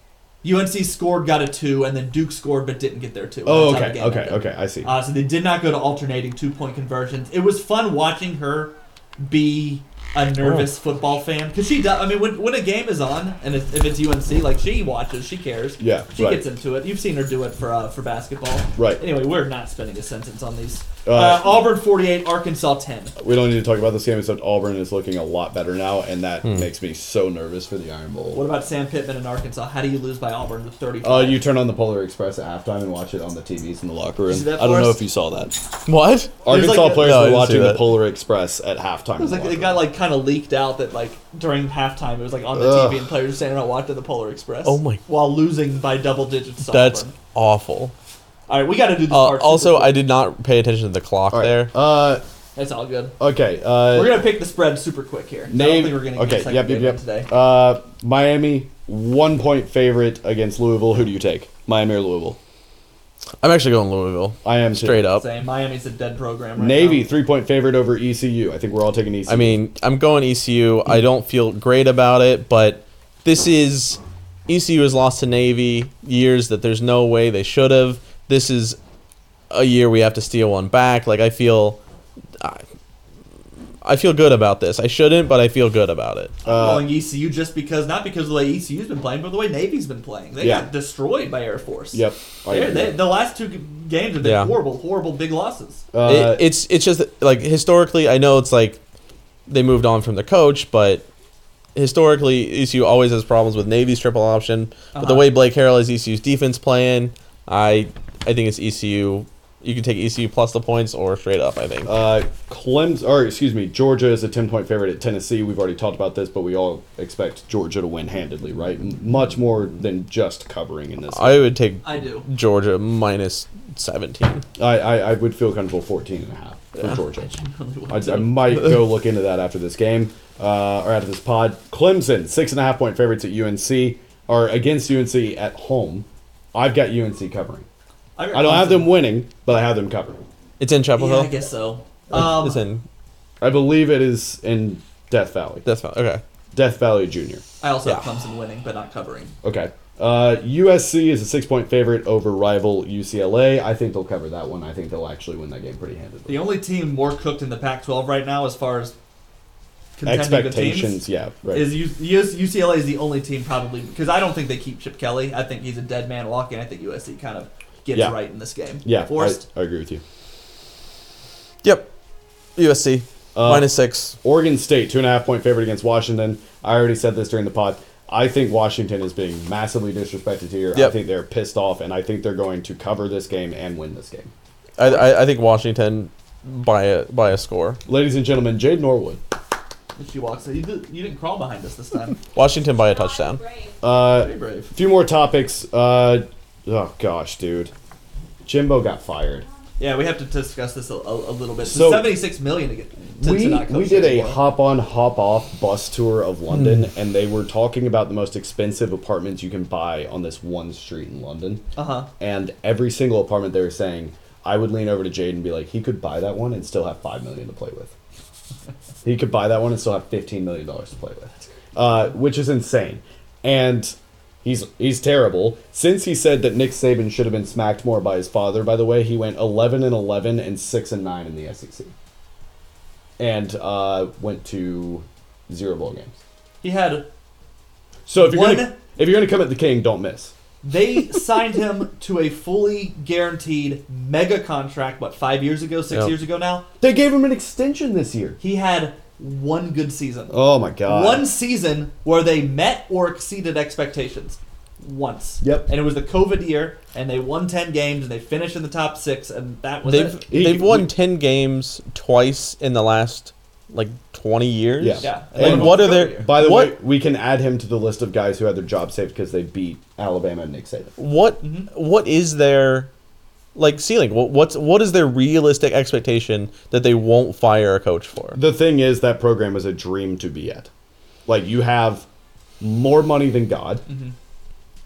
[SPEAKER 1] UNC scored, got a two, and then Duke scored but didn't get their two.
[SPEAKER 2] Oh,
[SPEAKER 1] That's how the
[SPEAKER 2] okay,
[SPEAKER 1] game
[SPEAKER 2] okay,
[SPEAKER 1] ended.
[SPEAKER 2] okay. I see.
[SPEAKER 1] Uh, so they did not go to alternating two point conversions. It was fun watching her be a
[SPEAKER 2] Oh.
[SPEAKER 1] nervous football fan because she does. I mean, when, when a game is on and if, if it's UNC, like she watches, she cares.
[SPEAKER 2] Yeah,
[SPEAKER 1] she
[SPEAKER 2] right.
[SPEAKER 1] gets into it. You've seen her do it for uh, for basketball.
[SPEAKER 2] Right.
[SPEAKER 1] Anyway, we're not spending a sentence on these.
[SPEAKER 2] Uh,
[SPEAKER 1] uh, Auburn forty eight, Arkansas ten.
[SPEAKER 2] We don't need to talk about this game except Auburn is looking a lot better now, and that
[SPEAKER 4] Hmm.
[SPEAKER 2] makes me so nervous for the Iron Bowl.
[SPEAKER 1] What about Sam Pittman in Arkansas? How do you lose by Auburn with 35?
[SPEAKER 2] Uh, you turn on the Polar Express at halftime and watch it on the TVs in the locker room.
[SPEAKER 1] See that
[SPEAKER 2] I don't know
[SPEAKER 1] Forrest?
[SPEAKER 2] if you saw that.
[SPEAKER 4] What?
[SPEAKER 2] Arkansas
[SPEAKER 1] like a-
[SPEAKER 2] players
[SPEAKER 4] No, I
[SPEAKER 2] were
[SPEAKER 4] didn't see
[SPEAKER 2] watching the
[SPEAKER 4] that.
[SPEAKER 2] Polar Express at halftime.
[SPEAKER 1] it was like it got like kind of leaked out that like during halftime it was like on the
[SPEAKER 2] Ugh.
[SPEAKER 1] TV and players were standing around watching the Polar Express.
[SPEAKER 4] Oh my-
[SPEAKER 1] While losing by double digits. to
[SPEAKER 4] That's
[SPEAKER 1] Auburn.
[SPEAKER 4] awful.
[SPEAKER 1] all right. We got to do this.
[SPEAKER 4] Uh,
[SPEAKER 1] part super
[SPEAKER 4] also,
[SPEAKER 1] quick.
[SPEAKER 4] I did not pay attention to the clock there.
[SPEAKER 2] Uh,
[SPEAKER 1] That's all good.
[SPEAKER 2] okay. Uh,
[SPEAKER 1] We're gonna pick the spread super quick here. I don't
[SPEAKER 2] name-
[SPEAKER 1] think we're gonna get a
[SPEAKER 2] okay.
[SPEAKER 1] second
[SPEAKER 2] Yep. Yep.
[SPEAKER 1] game
[SPEAKER 2] Yep.
[SPEAKER 1] today.
[SPEAKER 2] Uh, Miami one point favorite against Louisville. Who do you take, Miami or Louisville?
[SPEAKER 4] I'm actually going Louisville.
[SPEAKER 2] I am too.
[SPEAKER 4] Straight up.
[SPEAKER 1] Saying Miami's a dead program right
[SPEAKER 2] Uh, Navy
[SPEAKER 1] now.
[SPEAKER 2] three point favorite over ECU. I think we're all taking E ECU.
[SPEAKER 4] I mean, I'm going ECU. I don't feel great about it, but this is ECU has lost to Navy years that there's no way they should have. This is a year we have to steal one back. Like I feel, I, I feel good about this. I shouldn't, but I feel good about it.
[SPEAKER 2] uh,
[SPEAKER 1] I'm calling ECU just because, not because of the way ECU's been playing, but the way Navy's been playing. They
[SPEAKER 2] Yeah.
[SPEAKER 1] got destroyed by Air Force.
[SPEAKER 2] yep. I
[SPEAKER 1] They-
[SPEAKER 2] agree.
[SPEAKER 1] they- the last two g- games have been
[SPEAKER 4] Yeah.
[SPEAKER 1] horrible, horrible big losses.
[SPEAKER 2] Uh,
[SPEAKER 4] it, it's it's just like historically, I know it's like they moved on from their coach, but historically, ECU always has problems with Navy's triple option. But the
[SPEAKER 1] Uh-huh.
[SPEAKER 4] way Blake Harrell is ECU's defense playing, I I think it's ECU. You can take ECU plus the points or straight up. I think.
[SPEAKER 2] Uh, Clemson, or excuse me, Georgia is a ten-point favorite at Tennessee. We've already talked about this, but we all expect Georgia to win handedly, right? M- Much more than just covering in this. I
[SPEAKER 4] I would take
[SPEAKER 1] I do.
[SPEAKER 4] Georgia minus seventeen.
[SPEAKER 2] I, I, would feel comfortable 14 and a half for Georgia.
[SPEAKER 1] Really
[SPEAKER 2] I, I might go look into that after this game uh, or after this pod. Clemson six and a half point favorites at UNC or against UNC at home. I've got UNC covering.
[SPEAKER 1] got
[SPEAKER 2] I don't have
[SPEAKER 1] Clemson.
[SPEAKER 2] them winning, but I have them covering.
[SPEAKER 4] It's in Chapel
[SPEAKER 1] Yeah, I
[SPEAKER 4] Hill.
[SPEAKER 1] guess so.
[SPEAKER 4] Um,
[SPEAKER 1] Um,
[SPEAKER 4] it's in.
[SPEAKER 2] I believe it is in Death Valley.
[SPEAKER 4] That's fine. Okay.
[SPEAKER 2] Death Valley Junior.
[SPEAKER 1] I also have
[SPEAKER 4] Yeah.
[SPEAKER 1] Clemson winning, but not covering.
[SPEAKER 2] Okay. Uh, USC is a six point favorite over rival UCLA. I think they'll cover that one. I think they'll actually win that game pretty handedly.
[SPEAKER 1] The only team more cooked in the Pac-12 right now, as far as contending with
[SPEAKER 2] Expectations,
[SPEAKER 1] teams,
[SPEAKER 2] yeah, right.
[SPEAKER 1] is U- US UCLA is the only team probably because I don't think they keep Chip Kelly. I think he's a dead man walking. I think USC kind of gets
[SPEAKER 2] Yeah.
[SPEAKER 1] right in this game.
[SPEAKER 2] yeah, I,
[SPEAKER 1] forced.
[SPEAKER 2] I agree with you.
[SPEAKER 4] Yep. USC
[SPEAKER 2] Uh,
[SPEAKER 4] minus six.
[SPEAKER 2] Oregon State, two and a half point favorite against Washington. I already said this during the pod. I think Washington is being massively disrespected here. I
[SPEAKER 4] Yep.
[SPEAKER 2] think they're pissed off, and I think they're going to cover this game and win this game.
[SPEAKER 4] I, I I think Washington by a by a score.
[SPEAKER 2] Ladies and gentlemen, Jade Norwood.
[SPEAKER 1] She walks. You, did, you didn't crawl behind us this time.
[SPEAKER 4] Washington by a touchdown.
[SPEAKER 2] Uh,
[SPEAKER 1] Very brave.
[SPEAKER 2] a few more topics. Uh, oh, gosh, dude. Jimbo got fired.
[SPEAKER 1] Yeah, we have to discuss this a, a, a little bit. So,
[SPEAKER 2] So-
[SPEAKER 1] seventy-six million to get. To, to
[SPEAKER 2] we,
[SPEAKER 1] not coach
[SPEAKER 2] we did a
[SPEAKER 1] anymore.
[SPEAKER 2] hop on hop off bus tour of london and they were talking about the most expensive apartments you can buy on this one street in london
[SPEAKER 1] Uh-huh.
[SPEAKER 2] and every single apartment they were saying i would lean over to jade and be like he could buy that one and still have five million to play with he could buy that one and still have fifteen million dollars to play with, uh, which is insane. And he's he's terrible. Since he said that Nick Saban should have been smacked more by his father, by the way, he went eleven and eleven and six and nine in the SEC, and uh, went to zero bowl games.
[SPEAKER 1] He had.
[SPEAKER 2] So if you're
[SPEAKER 1] One-
[SPEAKER 2] gonna, if you're gonna come at the king, don't miss.
[SPEAKER 1] They signed him to a fully guaranteed mega contract. What five years ago, six
[SPEAKER 4] Yeah.
[SPEAKER 1] years ago now.
[SPEAKER 2] They gave him an extension this year.
[SPEAKER 1] He had one good season.
[SPEAKER 2] Oh my god!
[SPEAKER 1] one season where they met or exceeded expectations once.
[SPEAKER 2] Yep.
[SPEAKER 1] And it was the COVID year, and they won ten games, and they finished in the top six, and that was
[SPEAKER 4] They've
[SPEAKER 1] it.
[SPEAKER 2] He-
[SPEAKER 4] they've won ten games twice in the last like twenty years.
[SPEAKER 2] Yeah.
[SPEAKER 1] Yeah.
[SPEAKER 2] And
[SPEAKER 1] they
[SPEAKER 2] And
[SPEAKER 1] won
[SPEAKER 4] what
[SPEAKER 1] the
[SPEAKER 4] are their-
[SPEAKER 1] COVID year.
[SPEAKER 2] By the
[SPEAKER 4] What-
[SPEAKER 2] way, we can add him to the list of guys who had their job saved because they beat Alabama and Nick Saban.
[SPEAKER 4] What
[SPEAKER 1] Mm-hmm.
[SPEAKER 4] what is their like ceiling? What what's what is their realistic expectation that they won't fire a coach for?
[SPEAKER 2] The thing is, that program is a dream to be at. Like you have more money than God,
[SPEAKER 1] Mm-hmm.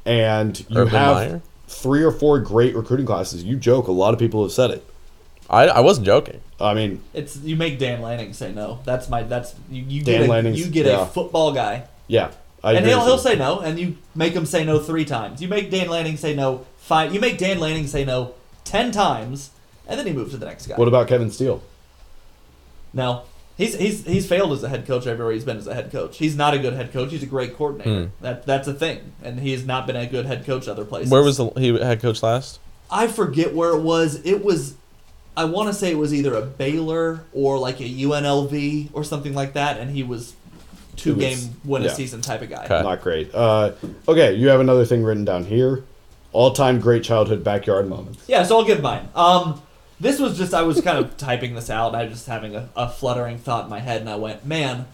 [SPEAKER 2] and you
[SPEAKER 4] Urban
[SPEAKER 2] have
[SPEAKER 4] Meyer?
[SPEAKER 2] three or four great recruiting classes. You joke. A lot of people have said it.
[SPEAKER 4] I, I wasn't joking.
[SPEAKER 2] I mean,
[SPEAKER 1] It's you make Dan Lanning say no. That's my that's you, you
[SPEAKER 2] Dan
[SPEAKER 1] get a,
[SPEAKER 2] Lanning's-
[SPEAKER 1] you get
[SPEAKER 2] yeah.
[SPEAKER 1] a football guy.
[SPEAKER 2] yeah, I
[SPEAKER 1] and
[SPEAKER 2] agree
[SPEAKER 1] he'll,
[SPEAKER 2] with
[SPEAKER 1] he'll
[SPEAKER 2] you.
[SPEAKER 1] say no, and you make him say no three times. You make Dan Lanning say no five. You make Dan Lanning say no ten times, and then he moves to the next guy.
[SPEAKER 2] What about Kevin Steele?
[SPEAKER 1] No, he's he's he's failed as a head coach everywhere he's been as a head coach. He's not a good head coach. He's a great coordinator. That that's a thing, and he has not been a good head coach other places.
[SPEAKER 4] Where was the he head coach last?
[SPEAKER 1] I forget where it was. It was. I want to say it was either a Baylor or like a UNLV or something like that, and he was two
[SPEAKER 2] It was-
[SPEAKER 1] game win
[SPEAKER 2] yeah.
[SPEAKER 1] a season type of guy.
[SPEAKER 4] Okay.
[SPEAKER 2] Not great. Uh, okay, you have another thing written down here. All-time great childhood backyard moments.
[SPEAKER 1] Yeah, so I'll give mine. Um, this was just I was kind of typing this out, and I was just having a, a fluttering thought in my head, and I went, man,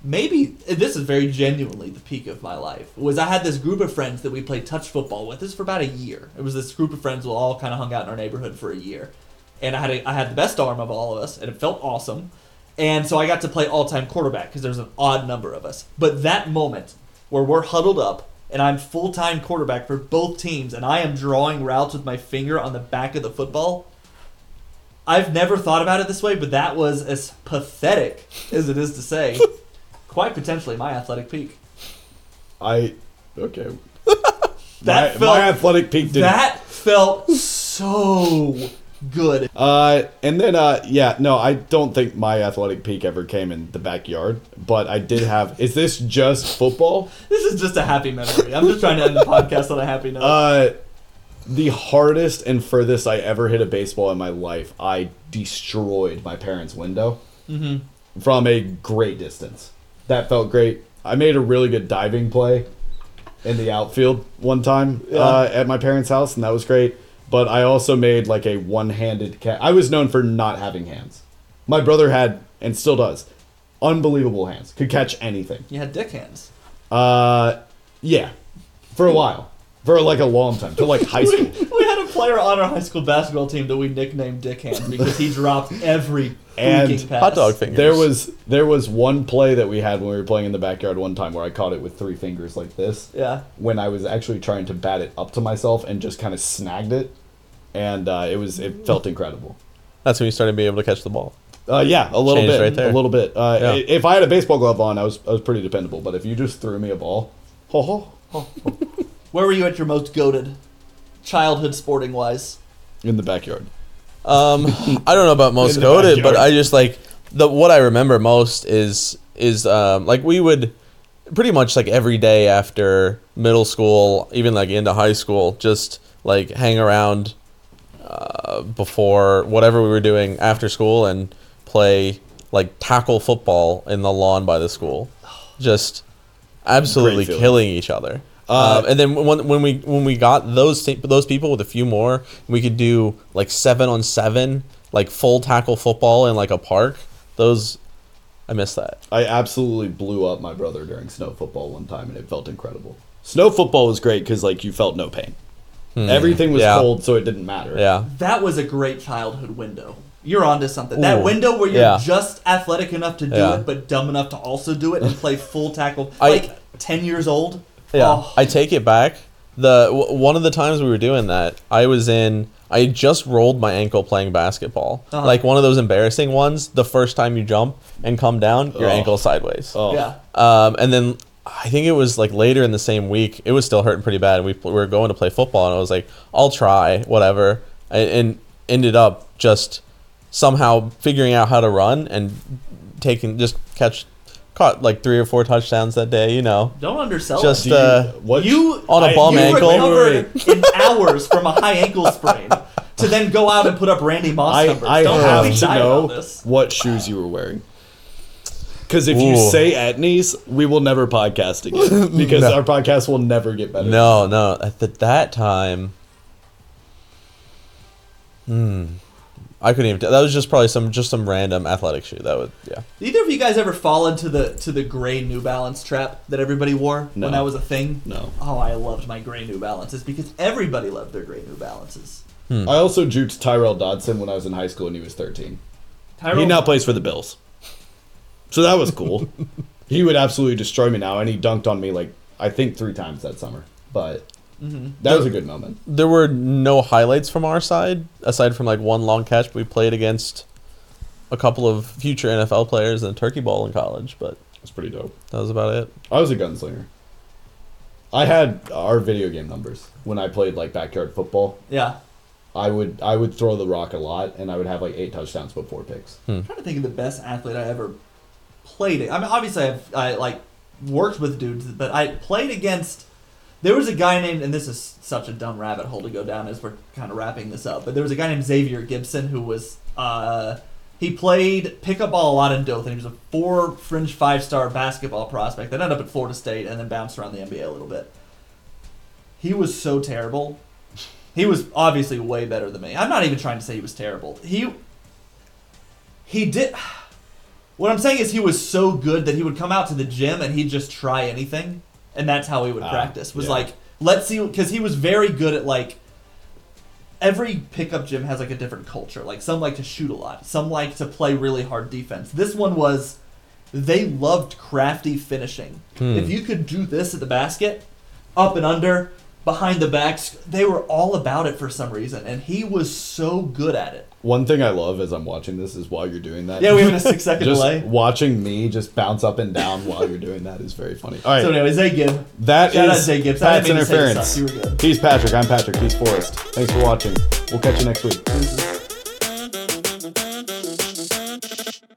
[SPEAKER 1] maybe this is very genuinely the peak of my life. Was I had this group of friends that we played touch football with. This was for about a year. It was this group of friends who all kind of hung out in our neighborhood for a year, and I had a, I had the best arm of all of us, and it felt awesome. And so I got to play all time quarterback because there's an odd number of us. But that moment where we're huddled up and I'm full time quarterback for both teams, and I am drawing routes with my finger on the back of the football. I've never thought about it this way, but that was as pathetic as it is to say. Quite potentially my athletic peak.
[SPEAKER 2] I okay.
[SPEAKER 1] That
[SPEAKER 2] my,
[SPEAKER 1] felt-
[SPEAKER 2] my athletic peak did
[SPEAKER 1] That felt so good.
[SPEAKER 2] Uh, and then uh, yeah, no, I don't think my athletic peak ever came in the backyard, but I did have. Is this just football?
[SPEAKER 1] This is just a happy memory. I'm just trying to end the podcast on a happy note.
[SPEAKER 2] Uh, the hardest and furthest I ever hit a baseball in my life, I destroyed my parents' window from a great distance. That felt great. I made a really good diving play in the outfield one time uh, at my parents' house, and that was great. But I also made like a one-handed catch. I was known for not having hands. My brother had, and still does, unbelievable hands. Could catch anything.
[SPEAKER 1] you had dick hands.
[SPEAKER 2] Uh, yeah, for a while, for like a long time, till like high school.
[SPEAKER 1] We had a player on our high school basketball team that we nicknamed Dick Hands because he dropped every
[SPEAKER 2] And
[SPEAKER 1] freaking pass.
[SPEAKER 4] Hot dog fingers.
[SPEAKER 2] There was there was one play that we had when we were playing in the backyard one time where I caught it with three fingers like this.
[SPEAKER 1] Yeah.
[SPEAKER 2] When I was actually trying to bat it up to myself and just kind of snagged it, and uh, it was it felt incredible.
[SPEAKER 4] That's when you started being able to catch the ball.
[SPEAKER 2] Uh, yeah, a little
[SPEAKER 4] Changed
[SPEAKER 2] bit,
[SPEAKER 4] right there.
[SPEAKER 2] a little bit. Uh,
[SPEAKER 4] Yeah.
[SPEAKER 2] i- If I had a baseball glove on, I was I was pretty dependable. But if you just threw me a ball, ho ho, ho, ho,
[SPEAKER 1] Where were you at your most goaded? Childhood sporting wise.
[SPEAKER 2] in the backyard.
[SPEAKER 4] Um, I don't know about most
[SPEAKER 2] In the
[SPEAKER 4] goaded, but
[SPEAKER 2] backyard.
[SPEAKER 4] I just like the what I remember most is is um, like we would pretty much like every day after middle school, even like into high school, just like hang around uh, before whatever we were doing after school and play like tackle football in the lawn by the school, just absolutely
[SPEAKER 2] Great feeling. Uh,
[SPEAKER 4] killing each other. Um, and then when, when we when we got those t- those people with a few more, we could do like seven on seven, like full tackle football in like a park. Those, I miss that.
[SPEAKER 2] I absolutely blew up my brother during snow football one time, and it felt incredible. Snow football was great because like you felt no pain. Everything was
[SPEAKER 4] Hmm. Yeah.
[SPEAKER 2] cold, so it didn't matter.
[SPEAKER 4] Yeah,
[SPEAKER 1] That was a great childhood window. You're onto something. that
[SPEAKER 4] Ooh,
[SPEAKER 1] window where you're
[SPEAKER 4] yeah.
[SPEAKER 1] just athletic enough to do
[SPEAKER 4] Yeah.
[SPEAKER 1] it, but dumb enough to also do it and play full tackle.
[SPEAKER 4] I-
[SPEAKER 1] like 10 years old.
[SPEAKER 4] yeah.
[SPEAKER 1] Oh,
[SPEAKER 4] I take it back. The w- one of the times we were doing that, I was in. I had just rolled my ankle playing basketball,
[SPEAKER 1] Uh-huh.
[SPEAKER 4] like one of those embarrassing ones. The first time you jump and come down, your
[SPEAKER 2] Ugh.
[SPEAKER 4] ankle sideways.
[SPEAKER 2] Oh.
[SPEAKER 1] yeah.
[SPEAKER 4] Um, and then I think it was like later in the same week, it was still hurting pretty bad. And we, we were going to play football, and I was like, I'll try, whatever. And, and ended up just somehow figuring out how to run and taking, just catch, caught like three or four touchdowns that day, you know.
[SPEAKER 1] Don't undersell
[SPEAKER 4] Just,
[SPEAKER 1] it.
[SPEAKER 2] Do you-
[SPEAKER 4] uh,
[SPEAKER 2] what
[SPEAKER 1] you
[SPEAKER 4] on a
[SPEAKER 1] I-
[SPEAKER 4] bum
[SPEAKER 1] you
[SPEAKER 4] ankle?
[SPEAKER 1] recovered in hours from a high ankle sprain to then go out and put up Randy Moss
[SPEAKER 2] I,
[SPEAKER 1] numbers.
[SPEAKER 2] I
[SPEAKER 1] Don't
[SPEAKER 2] have
[SPEAKER 1] really
[SPEAKER 2] to
[SPEAKER 1] die
[SPEAKER 2] know
[SPEAKER 1] about this.
[SPEAKER 2] what shoes you were wearing. Because if you
[SPEAKER 4] Ooh.
[SPEAKER 2] say Etnies, we will never podcast again. Because our podcast will never get better.
[SPEAKER 4] No, no. At th- that time, hmm, I couldn't even. T- that was just probably some just some random athletic shoe. That would yeah.
[SPEAKER 1] Either of you guys ever fall into the to the gray New Balance trap that everybody wore
[SPEAKER 2] No.
[SPEAKER 1] when that was a thing?
[SPEAKER 2] No.
[SPEAKER 1] Oh, I loved my gray New Balances because everybody loved their gray New Balances.
[SPEAKER 2] I also juked Tyrell Dodson when I was in high school and he was 13.
[SPEAKER 1] Tyrell,
[SPEAKER 2] He now plays for the Bills. So that was cool. he would absolutely destroy me now, and he dunked on me like, I think three times that summer. But
[SPEAKER 1] Mm-hmm.
[SPEAKER 2] that was a good moment.
[SPEAKER 4] there were no highlights from our side aside from like one long catch. We played against a couple of future NFL players and Turkey Bowl in college, but
[SPEAKER 2] That's pretty dope.
[SPEAKER 4] that was about it.
[SPEAKER 2] I was a gunslinger. I had our video game numbers when I played like backyard football.
[SPEAKER 1] yeah.
[SPEAKER 2] I would I would throw the rock a lot, and I would have like eight touchdowns but four picks.
[SPEAKER 1] I'm trying to think of the best athlete I ever played. I mean, obviously, I've I like worked with dudes, but I played against. There was a guy named, and this is such a dumb rabbit hole to go down as we're kind of wrapping this up. But there was a guy named Xavier Gibson who was. Uh, he played pickup ball a lot in Dothan. He was a four fringe five star basketball prospect that ended up at Florida State and then bounced around the NBA a little bit. He was so terrible. He was obviously way better than me. I'm not even trying to say he was terrible. He he did. What I'm saying is, he was so good that he would come out to the gym and he'd just try anything, and that's how he would
[SPEAKER 2] Ah,
[SPEAKER 1] practice. Was
[SPEAKER 2] yeah.
[SPEAKER 1] like, let's see, because he was very good at like. Every pickup gym has like a different culture. Like some like to shoot a lot, some like to play really hard defense. This one was, they loved crafty finishing. If you could do this at the basket, up and under, behind the backs. They were all about it for some reason, and he was so good at it.
[SPEAKER 2] One thing I love as I'm watching this is while you're doing that.
[SPEAKER 1] Yeah, we have a six second
[SPEAKER 2] just
[SPEAKER 1] delay.
[SPEAKER 2] watching me just bounce up and down while you're doing that is very funny. All right,
[SPEAKER 1] So anyway, Zay Gibb.
[SPEAKER 2] that
[SPEAKER 1] Shout out
[SPEAKER 2] is
[SPEAKER 1] Zay Gibbs. I
[SPEAKER 2] Pat's
[SPEAKER 1] didn't mean to say this stuff. You
[SPEAKER 2] interference.
[SPEAKER 1] were good.
[SPEAKER 2] He's Patrick. I'm Patrick. He's Forrest. Thanks for watching. We'll catch you next week.